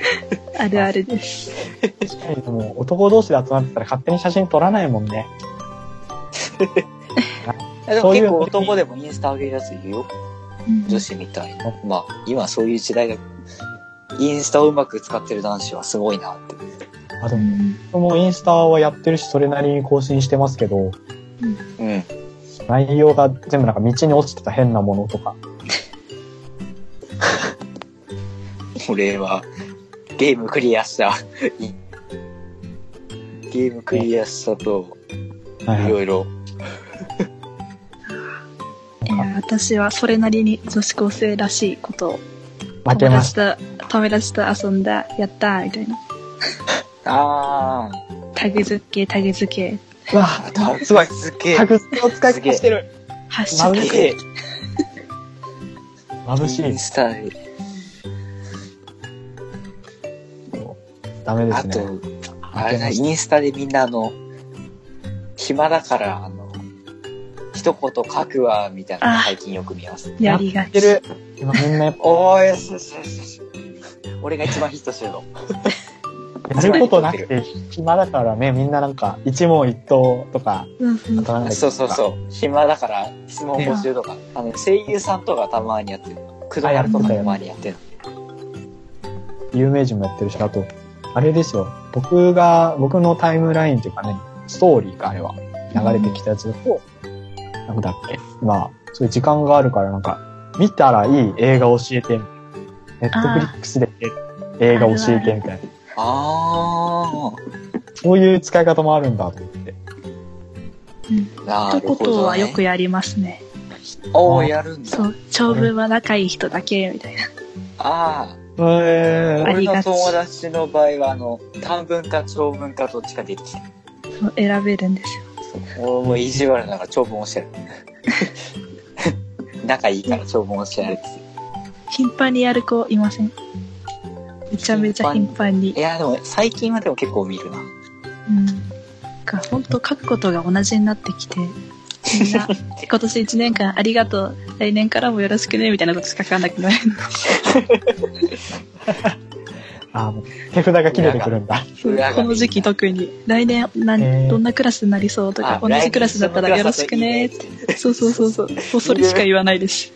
Speaker 4: あるあるです。
Speaker 2: 確かにでも男同士で集まってたら勝手に写真撮らないもんね。
Speaker 3: でも
Speaker 2: そういう
Speaker 3: 結構男でもインスタ上げるやついるよ。
Speaker 4: うん
Speaker 3: 女子みたいな。まあ、今そういう時代だ。インスタをうまく使ってる男子はすごいなって。
Speaker 2: あ、で
Speaker 4: う
Speaker 2: も、
Speaker 4: ん
Speaker 2: 僕もインスタはやってるし、それなりに更新してますけど、
Speaker 3: うん。
Speaker 2: 内容が全部なんか道に落ちてた変なものとか。
Speaker 3: 俺は、ゲームクリアした。いゲームクリアしたと、
Speaker 2: はい
Speaker 3: い
Speaker 2: はい。
Speaker 3: ろいろ。
Speaker 4: いや私はそれなりに女子高生らしいことを
Speaker 2: 負け
Speaker 4: 友
Speaker 2: まし
Speaker 4: 達
Speaker 2: た。
Speaker 4: と友達と遊んだやったーみたいな
Speaker 3: あ
Speaker 4: タグ付けタグ付け
Speaker 2: うわ
Speaker 3: あ、た
Speaker 2: すごい
Speaker 3: すげえ
Speaker 2: タ。グを使いこなしてる。
Speaker 4: ハッシ
Speaker 2: な
Speaker 4: ュ
Speaker 2: る
Speaker 4: タ
Speaker 2: ほ
Speaker 4: グ
Speaker 2: ど
Speaker 3: す
Speaker 2: 眩し
Speaker 3: げえイン
Speaker 2: い。
Speaker 3: スタで
Speaker 2: ダメで
Speaker 3: あ
Speaker 2: すね。
Speaker 3: と、あれだ、インスタでみんなあの、暇だから、あの、一言書くわ、みたいなの
Speaker 4: あ
Speaker 3: 最近よく見ます。
Speaker 4: やりが
Speaker 2: やって
Speaker 4: ち
Speaker 2: る。今みんなやっ
Speaker 3: おー、よしよしよしよし。俺が一番ヒットしてるの。
Speaker 2: ぱやることなくて、暇だからね、みんななんか一問一答とか、
Speaker 4: うんう
Speaker 2: あ
Speaker 4: ん
Speaker 2: となんだっけ
Speaker 3: そうそうそう。暇だから質問募集とか。あの、声優さんとかたまにやってる。くだやるとかたまにやってる。
Speaker 2: 有名人もやってるし、あと、あれですよ、僕が、僕のタイムラインっていうかね、ストーリーか、あれは、流れてきたやつだと、なんだっけ、まあ、そういう時間があるから、なんか、見たらいい映画教えて、みたいな。ネットフリックスで映画教えて、みたいな。
Speaker 3: あ
Speaker 2: そういう使い方もあるんだ、と思って。
Speaker 3: ー。な
Speaker 4: と
Speaker 3: る
Speaker 4: こ
Speaker 3: ほ
Speaker 4: と
Speaker 3: ど、
Speaker 4: は
Speaker 3: ね。
Speaker 4: よくやりますね
Speaker 3: おー、やるんだ。
Speaker 4: そう長文は仲いい人だけみたいな
Speaker 3: ああ。
Speaker 2: え
Speaker 4: あ
Speaker 3: 俺
Speaker 4: り
Speaker 3: の
Speaker 4: がち
Speaker 3: 友達の場合は、あの、短文か長文かどっちかできてる。
Speaker 4: そう選べるんですよ
Speaker 3: 俺も意地悪ながら長文をしてる。仲いいから長文をしてやるって
Speaker 4: 頻繁にやる子いませんめちゃめちゃ頻繁に
Speaker 3: いや、でも最近はでも結構見るな。
Speaker 4: うんが本当書くことが同じになってきてみん な今年1年間ありがとう来年からもよろしくねみたいなことしか書かなくなる
Speaker 2: あもう手札が切れてくるんだ。
Speaker 3: 裏が
Speaker 4: この時期特に来年な
Speaker 2: へー
Speaker 4: どんなクラスになりそうとか
Speaker 3: あ
Speaker 4: 同じクラスだったらよろしくねっ。
Speaker 3: 来
Speaker 4: て
Speaker 3: 年
Speaker 4: そうそうそうそうもうそれしか言わないです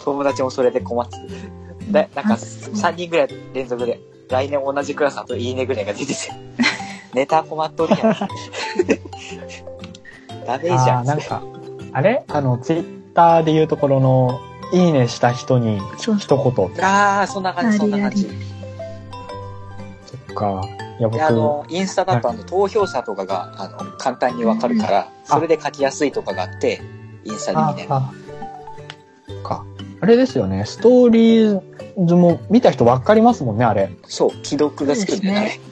Speaker 3: そのクラスだといいねいる 友達もそれで困ってる。だなんか
Speaker 4: あそう
Speaker 3: 3人ぐらい連続で、来年同じクラスだといいねぐらいが出てて。ネタ困っとるやん。ダメじゃ
Speaker 2: あ
Speaker 3: ん。
Speaker 2: ーなんか、あれあの、ツイッターで言うところの、いいねした人に
Speaker 4: そう
Speaker 2: 一言
Speaker 3: ああ、そんな感じ、そんな感じ
Speaker 4: あ。
Speaker 2: とか、いや、
Speaker 3: で
Speaker 2: 僕、
Speaker 3: あの、インスタだとあの投票者とかがあの簡単にわかるから、それで書きやすいとかがあって、インスタ
Speaker 2: あ
Speaker 3: で見ね。
Speaker 2: あか。あれですよね、ストーリーズも見た人分かりますもんね、あれ。
Speaker 3: そう、既読がつくんだよね。
Speaker 4: うん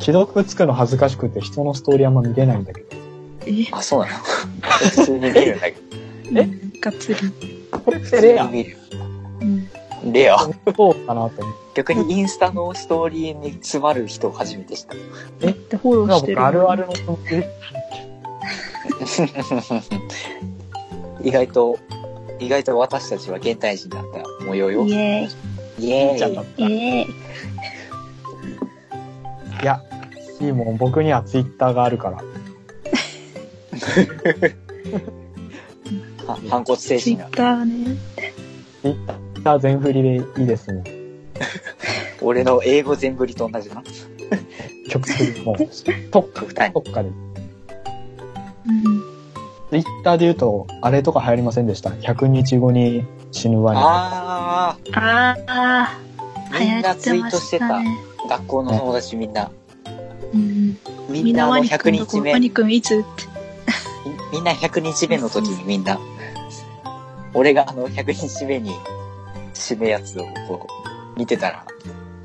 Speaker 2: 既読つくの恥ずかしくて人のストーリーあんま見れないんだけど。
Speaker 4: え
Speaker 3: あ、そうなの普通に見るんだけど。
Speaker 4: うんがっつり
Speaker 2: これっ
Speaker 3: 普
Speaker 2: て
Speaker 3: 通
Speaker 2: レア
Speaker 3: に。見る。
Speaker 4: うん
Speaker 3: レア。
Speaker 2: そうかなと思って。
Speaker 3: 逆にインスタのストーリーに詰まる人初めて 知った。
Speaker 2: え
Speaker 4: でフォローして
Speaker 2: 僕
Speaker 4: る
Speaker 2: あるあるのストーリー
Speaker 3: 意外と、意外と私たちは現代人だった模様よ
Speaker 4: イ。エ
Speaker 3: イエ
Speaker 2: ちゃん
Speaker 3: ー
Speaker 2: だっ
Speaker 3: イ。
Speaker 4: ーイイエーイ
Speaker 2: た。いや、いいもん、僕にはツイッターがあるから。
Speaker 3: は反骨精
Speaker 4: ツイ
Speaker 3: 神
Speaker 4: ッ
Speaker 3: が。
Speaker 4: ターはね
Speaker 2: ツイッター全振りでいいですもん。
Speaker 3: 俺の英語全振りと同じだな。
Speaker 2: 曲振りも。 特化、
Speaker 3: 極端に。
Speaker 2: 特化で。
Speaker 4: うん
Speaker 2: ツイッターで言うと、あれとか流行りませんでした。100日後に死ぬワニ。
Speaker 3: あ
Speaker 4: ああ
Speaker 3: あ、
Speaker 4: 流
Speaker 3: み
Speaker 4: 行
Speaker 3: んな
Speaker 4: っ
Speaker 3: ツ
Speaker 4: て
Speaker 3: イー
Speaker 4: ま
Speaker 3: トし
Speaker 4: してた
Speaker 3: た。
Speaker 4: ね
Speaker 3: 学校の友達みんな。
Speaker 4: うん
Speaker 3: み
Speaker 4: み
Speaker 3: ん
Speaker 4: ん
Speaker 3: なあ
Speaker 4: な
Speaker 3: の
Speaker 4: ワニ
Speaker 3: 100
Speaker 4: 君どこ
Speaker 3: 日目
Speaker 4: ワ、ニ君いつって
Speaker 3: みんな100日目の時にみんな、俺があの100日目に死ぬやつをこう、見てたら、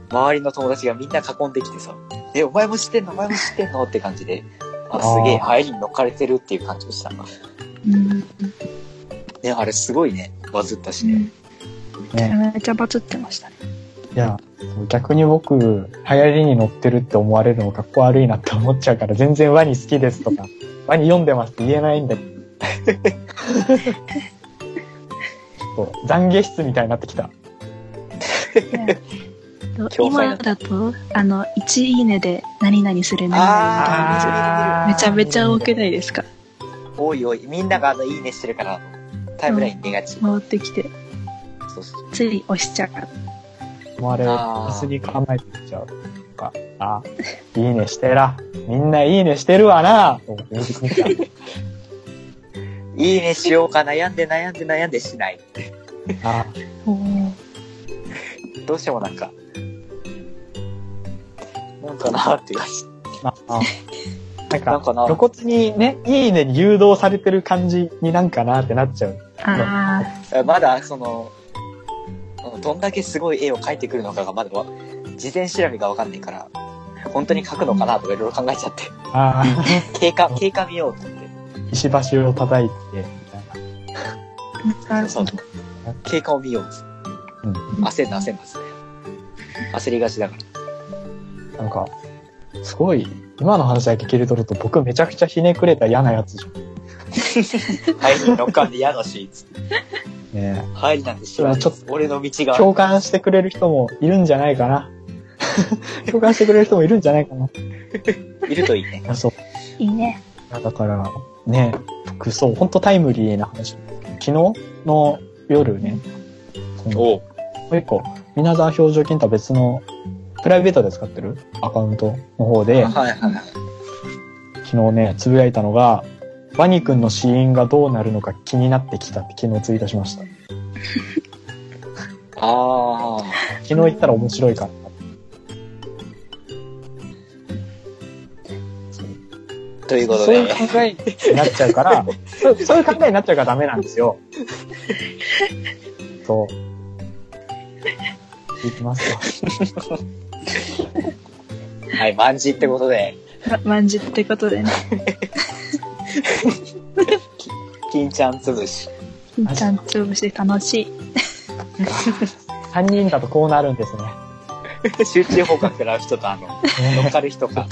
Speaker 3: 周りの友達がみんな囲んできてさ、え、お前も知ってんのお前も知ってんのって感じで、あ、すげえ、
Speaker 2: あ
Speaker 3: 流行りに乗っかれてるっていう感じでした。
Speaker 4: うん
Speaker 3: ね、あれすごいね、バズったし
Speaker 4: う
Speaker 3: ね。
Speaker 4: んめちゃめちゃバズってました ね
Speaker 2: いや、逆に僕、流行りに乗ってるって思われるのかっこ悪いなって思っちゃうから、全然ワニ好きです とか、ワニ読んでますって言えないんだけど。ちょっと懺悔室みたいになってきた。
Speaker 4: で
Speaker 3: 共催だ
Speaker 4: 今だと、あの、1いいねで何々する何々みたいなやつ
Speaker 3: あ
Speaker 4: めちゃめちゃ多くないですか
Speaker 3: 多い多い。みんながあの、いいねしてるから、タイムライン出がち。
Speaker 4: 回ってきて、
Speaker 3: そうそう。
Speaker 4: つい押しちゃう。
Speaker 2: もうあれを
Speaker 3: あ
Speaker 2: 椅
Speaker 3: ー
Speaker 2: 子に構えてっちゃうとか、あ、いいねしてら、みんないいねしてるわなと思って見てくれた。
Speaker 3: いいねしようか悩んで悩んで悩んでしない。
Speaker 2: あ、
Speaker 3: どうしてもなんか、なんかなって感じ。
Speaker 2: まあ、なん
Speaker 3: なん
Speaker 2: か、
Speaker 3: かな
Speaker 2: 露骨にね、いいねに誘導されてる感じになんかなってなっちゃう。
Speaker 4: ああ、
Speaker 3: まだその、どんだけすごい絵を描いてくるのかがまだわ事前調べがわかんないから、本当に描くのかなとかいろいろ考えちゃって、
Speaker 2: ああ、
Speaker 3: 経過、経過見ようと思って、
Speaker 2: 石橋を叩いて、みたい
Speaker 4: なる
Speaker 3: そ
Speaker 4: ほ
Speaker 3: う
Speaker 4: ど。
Speaker 3: 経過を見ようって。
Speaker 2: うん
Speaker 3: 焦んな焦んなっつって焦りがち だから。
Speaker 2: な。なんか、すごい、今の話だけ切り取ると僕めちゃくちゃひねくれた嫌なやつじゃん。
Speaker 3: 入りに乗っかんで嫌だし、つって。
Speaker 2: ね
Speaker 3: 入りなんて知らない
Speaker 2: ちょっと。
Speaker 3: 俺の道
Speaker 2: え
Speaker 3: がある
Speaker 2: 共感してくれる人もいるんじゃないか な。共感してくれる人もいるんじゃないかな。
Speaker 3: いるといいね。
Speaker 2: あそう。
Speaker 4: いいね。
Speaker 2: いやだから、ね、僕、そう、ほんとタイムリーな話。昨日の夜ね、そのも
Speaker 3: お
Speaker 2: う一個、皆沢表情筋とは別の、プライベートで使ってるアカウントの方で、
Speaker 3: はいはいはい。
Speaker 2: 昨日ね、つぶやいたのが、ワニ君の死因がどうなるのか気になってきたって昨日ツイートしました。
Speaker 3: ああ。
Speaker 2: 昨日言ったら面白いからな
Speaker 3: ということ
Speaker 2: そういう
Speaker 3: で、
Speaker 2: 考えになっちゃう から、そうそういう考えになっちゃうからダメなんですよ。そう。いきますよ。
Speaker 3: はい、万事ってことで、
Speaker 4: ま、まんじってことでね。
Speaker 3: 金ちゃん潰し。
Speaker 4: ちゃんつぶして楽しい。
Speaker 2: 3人だとこうなるんですね。
Speaker 3: 集中砲火食らう人と、あの、乗っかる人か。